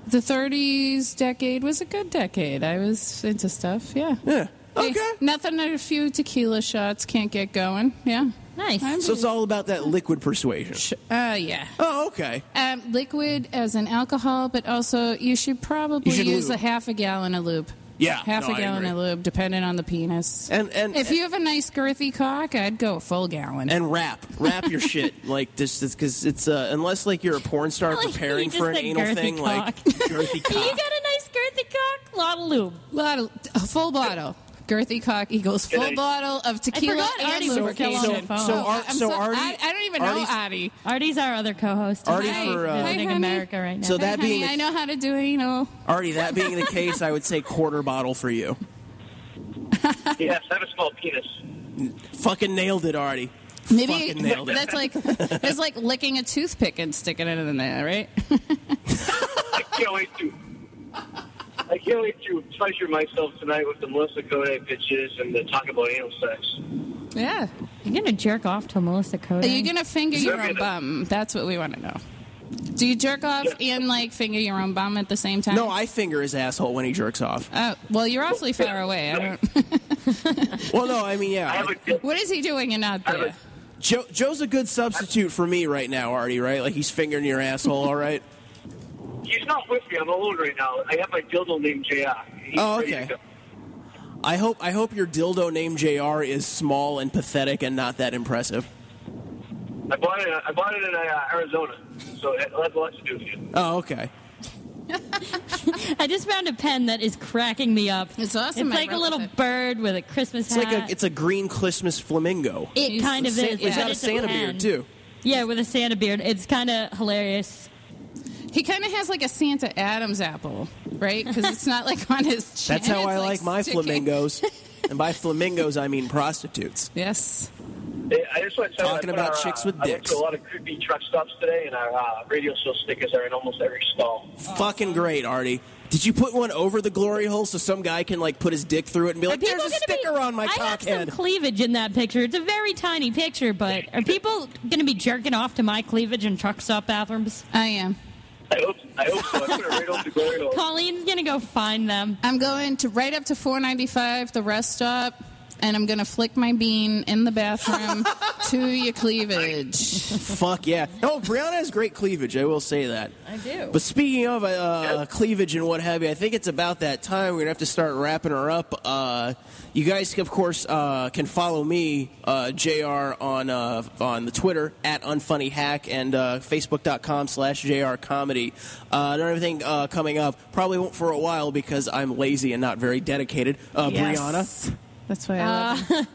[SPEAKER 5] The 30s decade was a good decade. I was into stuff, yeah.
[SPEAKER 3] Yeah.
[SPEAKER 5] Hey,
[SPEAKER 3] Okay.
[SPEAKER 5] nothing that a few tequila shots can't get going, yeah.
[SPEAKER 4] Nice.
[SPEAKER 5] I'm-
[SPEAKER 3] so it's all about that liquid persuasion.
[SPEAKER 5] Sh- Uh, yeah.
[SPEAKER 3] Oh, okay.
[SPEAKER 5] Um, liquid as an alcohol, but also you should probably
[SPEAKER 3] You should
[SPEAKER 5] use
[SPEAKER 3] lube.
[SPEAKER 5] a half a gallon of lube.
[SPEAKER 3] Yeah,
[SPEAKER 5] half
[SPEAKER 3] no,
[SPEAKER 5] a
[SPEAKER 3] I
[SPEAKER 5] gallon
[SPEAKER 3] agree.
[SPEAKER 5] of lube, depending on the penis.
[SPEAKER 3] And and
[SPEAKER 5] if you have a nice girthy cock, I'd go a full gallon.
[SPEAKER 3] and rap rap your shit like this because it's uh, unless like you're a porn star
[SPEAKER 4] Like, you
[SPEAKER 3] preparing
[SPEAKER 4] just
[SPEAKER 3] for an
[SPEAKER 4] said
[SPEAKER 3] anal
[SPEAKER 4] girthy
[SPEAKER 3] thing like
[SPEAKER 4] cock.
[SPEAKER 3] girthy
[SPEAKER 4] You got
[SPEAKER 3] cock.
[SPEAKER 4] a nice girthy cock, lube.
[SPEAKER 5] Lot of- a full bottle. Girthy cock equals full
[SPEAKER 8] I-
[SPEAKER 5] bottle of tequila
[SPEAKER 4] forgot
[SPEAKER 5] and
[SPEAKER 4] Artie was
[SPEAKER 5] lubrication.
[SPEAKER 4] still on the
[SPEAKER 3] phone. So- so Ar-
[SPEAKER 5] I'm
[SPEAKER 3] so Artie-
[SPEAKER 5] I, I don't even
[SPEAKER 3] Artie's-
[SPEAKER 5] know Artie.
[SPEAKER 4] Artie's our other co-host.
[SPEAKER 3] Artie
[SPEAKER 4] He's
[SPEAKER 3] for, uh,
[SPEAKER 4] visiting
[SPEAKER 5] Hi, honey.
[SPEAKER 4] America right now.
[SPEAKER 3] So that
[SPEAKER 5] Honey,
[SPEAKER 3] being
[SPEAKER 5] I
[SPEAKER 3] the,
[SPEAKER 5] know how to do anal.
[SPEAKER 3] already that being the case, I would say quarter bottle for you.
[SPEAKER 8] Yes, I have a small penis.
[SPEAKER 3] Fucking nailed it, Artie.
[SPEAKER 5] Maybe
[SPEAKER 3] Fucking nailed it.
[SPEAKER 5] that's like that's like licking a toothpick and sticking it in there, right?
[SPEAKER 8] I can't wait to. I can't wait to pleasure myself tonight with the Melissa Coday bitches and the talk about anal sex.
[SPEAKER 5] Yeah.
[SPEAKER 4] You're gonna jerk off to Melissa Coda.
[SPEAKER 5] Are you gonna finger your own bum? That's what we want to know. Do you jerk off and like finger your own bum at the same time?
[SPEAKER 3] No, I finger his asshole when he jerks off.
[SPEAKER 5] Oh, well, you're awfully far away. I don't.
[SPEAKER 3] Well, no, I mean, yeah.
[SPEAKER 8] I have a
[SPEAKER 5] What is he doing and not
[SPEAKER 8] have
[SPEAKER 5] there?
[SPEAKER 8] a-
[SPEAKER 3] Joe, Joe's a good substitute for me right now, Artie. Right? Like he's fingering your asshole. All right.
[SPEAKER 8] He's not with me. I'm alone right now. I have my dildo named JR. He's
[SPEAKER 3] Oh,
[SPEAKER 8] ready to
[SPEAKER 3] okay.
[SPEAKER 8] go.
[SPEAKER 3] I hope I hope your dildo named Jr. is small and pathetic and not that impressive.
[SPEAKER 8] I bought it. I bought it in uh, Arizona, so it has a lot to do with you.
[SPEAKER 3] Oh, okay.
[SPEAKER 4] I just found a pen that is cracking me up.
[SPEAKER 5] It's awesome.
[SPEAKER 4] It's
[SPEAKER 5] I
[SPEAKER 4] like a
[SPEAKER 5] wrote
[SPEAKER 4] little
[SPEAKER 5] with it.
[SPEAKER 4] bird with a Christmas
[SPEAKER 3] It's
[SPEAKER 4] hat.
[SPEAKER 3] like a it's a green Christmas flamingo.
[SPEAKER 4] it kind of
[SPEAKER 5] It's
[SPEAKER 4] is.
[SPEAKER 5] got
[SPEAKER 4] but
[SPEAKER 3] a
[SPEAKER 4] it's
[SPEAKER 3] Santa
[SPEAKER 4] pen.
[SPEAKER 3] beard too.
[SPEAKER 4] Yeah, with a Santa beard. It's kind of hilarious.
[SPEAKER 5] He kind of has like a Santa Adams apple, right? Because it's not like on his chin.
[SPEAKER 3] That's how
[SPEAKER 5] it's,
[SPEAKER 3] I like, my
[SPEAKER 5] sticking-
[SPEAKER 3] flamingos. and by flamingos, I mean prostitutes.
[SPEAKER 5] Yes.
[SPEAKER 8] Hey, I just want to tell you, I
[SPEAKER 3] Talking
[SPEAKER 8] put
[SPEAKER 3] about
[SPEAKER 8] our,
[SPEAKER 3] chicks
[SPEAKER 8] uh,
[SPEAKER 3] with
[SPEAKER 8] I went
[SPEAKER 3] dicks.
[SPEAKER 8] to a lot of creepy truck stops today, and our uh, radio show stickers are in almost every stall.
[SPEAKER 3] Fucking great, Artie. Did you put one over the glory hole so some guy can like put his dick through it and be like,
[SPEAKER 4] Are people
[SPEAKER 3] "There's a
[SPEAKER 4] gonna
[SPEAKER 3] sticker
[SPEAKER 4] be,
[SPEAKER 3] on my
[SPEAKER 4] I
[SPEAKER 3] cock
[SPEAKER 4] have some
[SPEAKER 3] head"?
[SPEAKER 4] cleavage in that picture. It's a very tiny picture, but are people going to be jerking off to my cleavage in truck stop bathrooms?
[SPEAKER 5] I am.
[SPEAKER 8] I hope. I hope so. I put it right over the glory hole.
[SPEAKER 4] Colleen's going to go find them.
[SPEAKER 5] I'm going to right up to 495, the rest stop, and I'm going to flick my bean in the bathroom to your cleavage.
[SPEAKER 3] Fuck yeah! No, Brianna has great cleavage. I will say that.
[SPEAKER 4] I do.
[SPEAKER 3] But speaking of uh, cleavage and what have you, I think it's about that time we're gonna have to start wrapping her up. Uh, you guys, of course, uh, can follow me, uh, Jr. on uh, on the Twitter at unfunny hack and uh, Facebook.com slash Jr. Comedy. Uh, I don't have anything uh, coming up. Probably won't for a while because I'm lazy and not very dedicated. Uh, Brianna,
[SPEAKER 5] That's why I
[SPEAKER 4] Uh,
[SPEAKER 5] love him.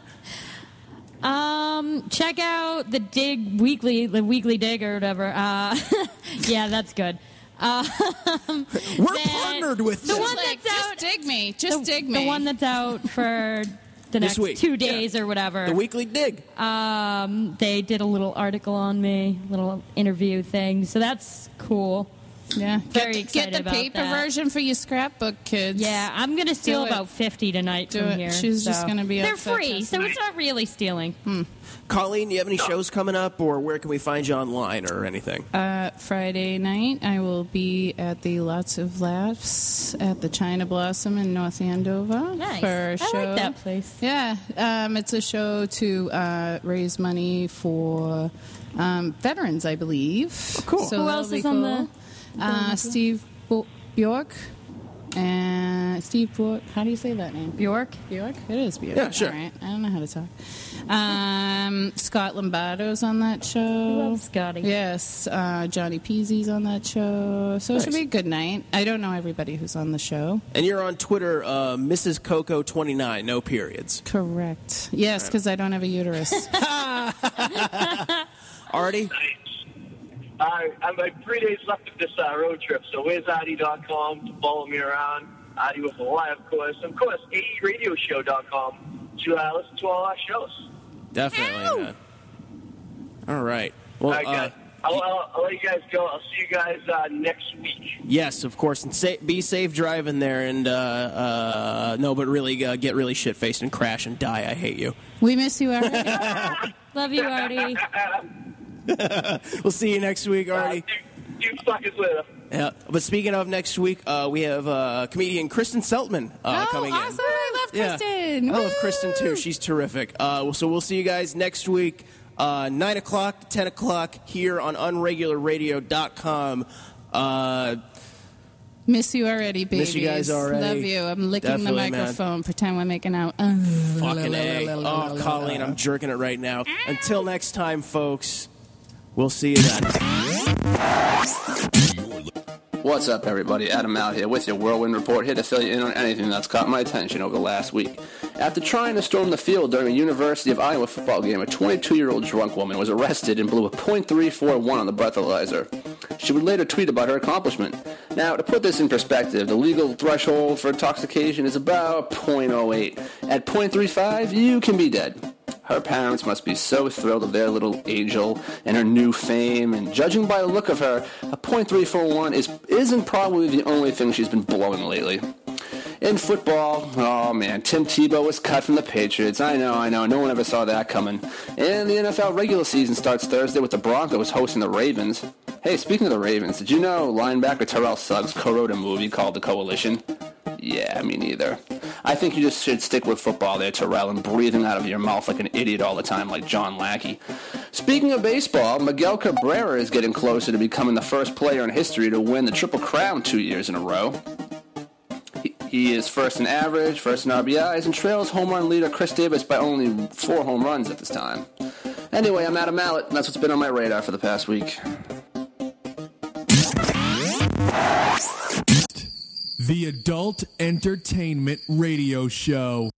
[SPEAKER 4] Um, check out the Dig Weekly, the Weekly Dig or whatever. Uh, yeah, that's good.
[SPEAKER 3] we're
[SPEAKER 4] that-
[SPEAKER 3] partnered with
[SPEAKER 4] the
[SPEAKER 3] them.
[SPEAKER 4] one
[SPEAKER 5] Like,
[SPEAKER 4] that's
[SPEAKER 5] just
[SPEAKER 4] out.
[SPEAKER 5] dig me. Just
[SPEAKER 4] the,
[SPEAKER 5] dig
[SPEAKER 4] the
[SPEAKER 5] me.
[SPEAKER 4] one that's out for the next
[SPEAKER 3] week,
[SPEAKER 4] two
[SPEAKER 3] yeah.
[SPEAKER 4] days or whatever.
[SPEAKER 3] the weekly dig.
[SPEAKER 4] Um, they did a little article on me, little interview thing. So that's cool.
[SPEAKER 5] yeah.
[SPEAKER 4] Very
[SPEAKER 5] get,
[SPEAKER 4] excited
[SPEAKER 5] Get the
[SPEAKER 4] about
[SPEAKER 5] paper
[SPEAKER 4] that.
[SPEAKER 5] version for your scrapbook, kids.
[SPEAKER 4] Yeah, I'm gonna steal
[SPEAKER 5] it.
[SPEAKER 4] about fifty tonight
[SPEAKER 5] Do
[SPEAKER 4] from
[SPEAKER 5] it.
[SPEAKER 4] here.
[SPEAKER 5] She's just
[SPEAKER 4] so.
[SPEAKER 5] gonna be
[SPEAKER 4] They're
[SPEAKER 5] upset
[SPEAKER 4] free,
[SPEAKER 5] just
[SPEAKER 4] so it's not really stealing.
[SPEAKER 5] Hmm.
[SPEAKER 3] Colleen, do you have any shows coming up, or where can we find you online or anything?
[SPEAKER 5] Uh, Friday night, I will be at the Lots of Laughs at the China Blossom in North Andover
[SPEAKER 4] Nice.
[SPEAKER 5] for
[SPEAKER 4] I
[SPEAKER 5] a
[SPEAKER 4] like
[SPEAKER 5] show.
[SPEAKER 4] that place.
[SPEAKER 5] Yeah, um, it's a show to uh, raise money for um, veterans, I believe.
[SPEAKER 3] cool.
[SPEAKER 5] So
[SPEAKER 4] Who
[SPEAKER 5] that'll
[SPEAKER 4] else
[SPEAKER 5] be
[SPEAKER 4] is on the-
[SPEAKER 5] cool. Uh, Steve Bo- Bjork and Steve Bjork. How do you say that name?
[SPEAKER 4] Bjork.
[SPEAKER 5] Bjork? It is Bjork.
[SPEAKER 3] Yeah, sure.
[SPEAKER 5] All right. I don't know how to talk. Um, Scott Lombardo's on that show.
[SPEAKER 4] Love Scotty.
[SPEAKER 5] Yes. Uh, Johnny Peasy's on that show. So it should be a good night. I don't know everybody who's on the show.
[SPEAKER 3] And you're on Twitter, uh, Mrs. Coco29, no periods.
[SPEAKER 5] Correct. Yes, because I don't have a uterus.
[SPEAKER 3] Artie,
[SPEAKER 8] I, I'm like three days left of this uh, road trip, so where's Adi.com to follow me around? Adi with a Y, of course. Of course, AERadioshow.com to uh, listen to all our shows.
[SPEAKER 3] definitely
[SPEAKER 5] Ow!
[SPEAKER 3] not. All right. Well,
[SPEAKER 8] All right,
[SPEAKER 3] uh,
[SPEAKER 8] guys. I'll, I'll, I'll let you guys go. I'll see you guys uh, next week.
[SPEAKER 3] yes, of course. And sa- be safe driving there, and uh, uh, no, but really uh, get really shit faced and crash and die. I hate you.
[SPEAKER 5] we miss you, Eric.
[SPEAKER 4] Love you, Artie.
[SPEAKER 3] We'll see you next week,
[SPEAKER 8] Uh,
[SPEAKER 3] Artie.
[SPEAKER 8] do, do fuckers later.
[SPEAKER 3] Yeah. But speaking of next week, uh, we have uh, comedian Kristen Seltman uh,
[SPEAKER 5] oh,
[SPEAKER 3] coming
[SPEAKER 5] awesome.
[SPEAKER 3] in.
[SPEAKER 5] I love
[SPEAKER 3] Yeah.
[SPEAKER 5] Kristen.
[SPEAKER 3] I love
[SPEAKER 5] Woo!
[SPEAKER 3] Kristen too. She's terrific. Uh, so we'll see you guys next week, uh, 9 o'clock, 10 o'clock here on unregularradio.com. Uh,
[SPEAKER 5] Miss you already, baby.
[SPEAKER 3] Miss you guys already.
[SPEAKER 5] Love you. I'm licking
[SPEAKER 3] Definitely,
[SPEAKER 5] the
[SPEAKER 3] man.
[SPEAKER 5] microphone. Pretend we're making out.
[SPEAKER 3] fucking A. Oh, Colleen, I'm jerking it right now. Until next time, folks, we'll see you then.
[SPEAKER 8] What's up, everybody? Adam out here with your whirlwind report here to fill you in on anything that's caught my attention over the last week. After trying to storm the field during a University of Iowa football game, a 22-year-old drunk woman was arrested and blew a .341 on the breathalyzer. She would later tweet about her accomplishment. Now, to put this in perspective, the legal threshold for intoxication is about .08. At .35, you can be dead. Her parents must be so thrilled of their little angel and her new fame, and judging by the look of her, a .341 is, isn't probably the only thing she's been blowing lately. In football, oh man, Tim Tebow was cut from the Patriots. I know, I know, no one ever saw that coming. And the NFL regular season starts Thursday with the Broncos hosting the Ravens. Hey, speaking of the Ravens, did you know linebacker Terrell Suggs co-wrote a movie called The Coalition? Yeah, me neither. I think you just should stick with football there, Terrell, and breathing out of your mouth like an idiot all the time, like John Lackey. Speaking of baseball, Miguel Cabrera is getting closer to becoming the first player in history to win the Triple Crown two years in a row. He, he is first in average, first in RBIs, and trails home run leader Chris Davis by only four home runs at this time. Anyway, I'm Adam Mallet, and that's what's been on my radar for the past week.
[SPEAKER 1] The Adult Entertainment Radio Show.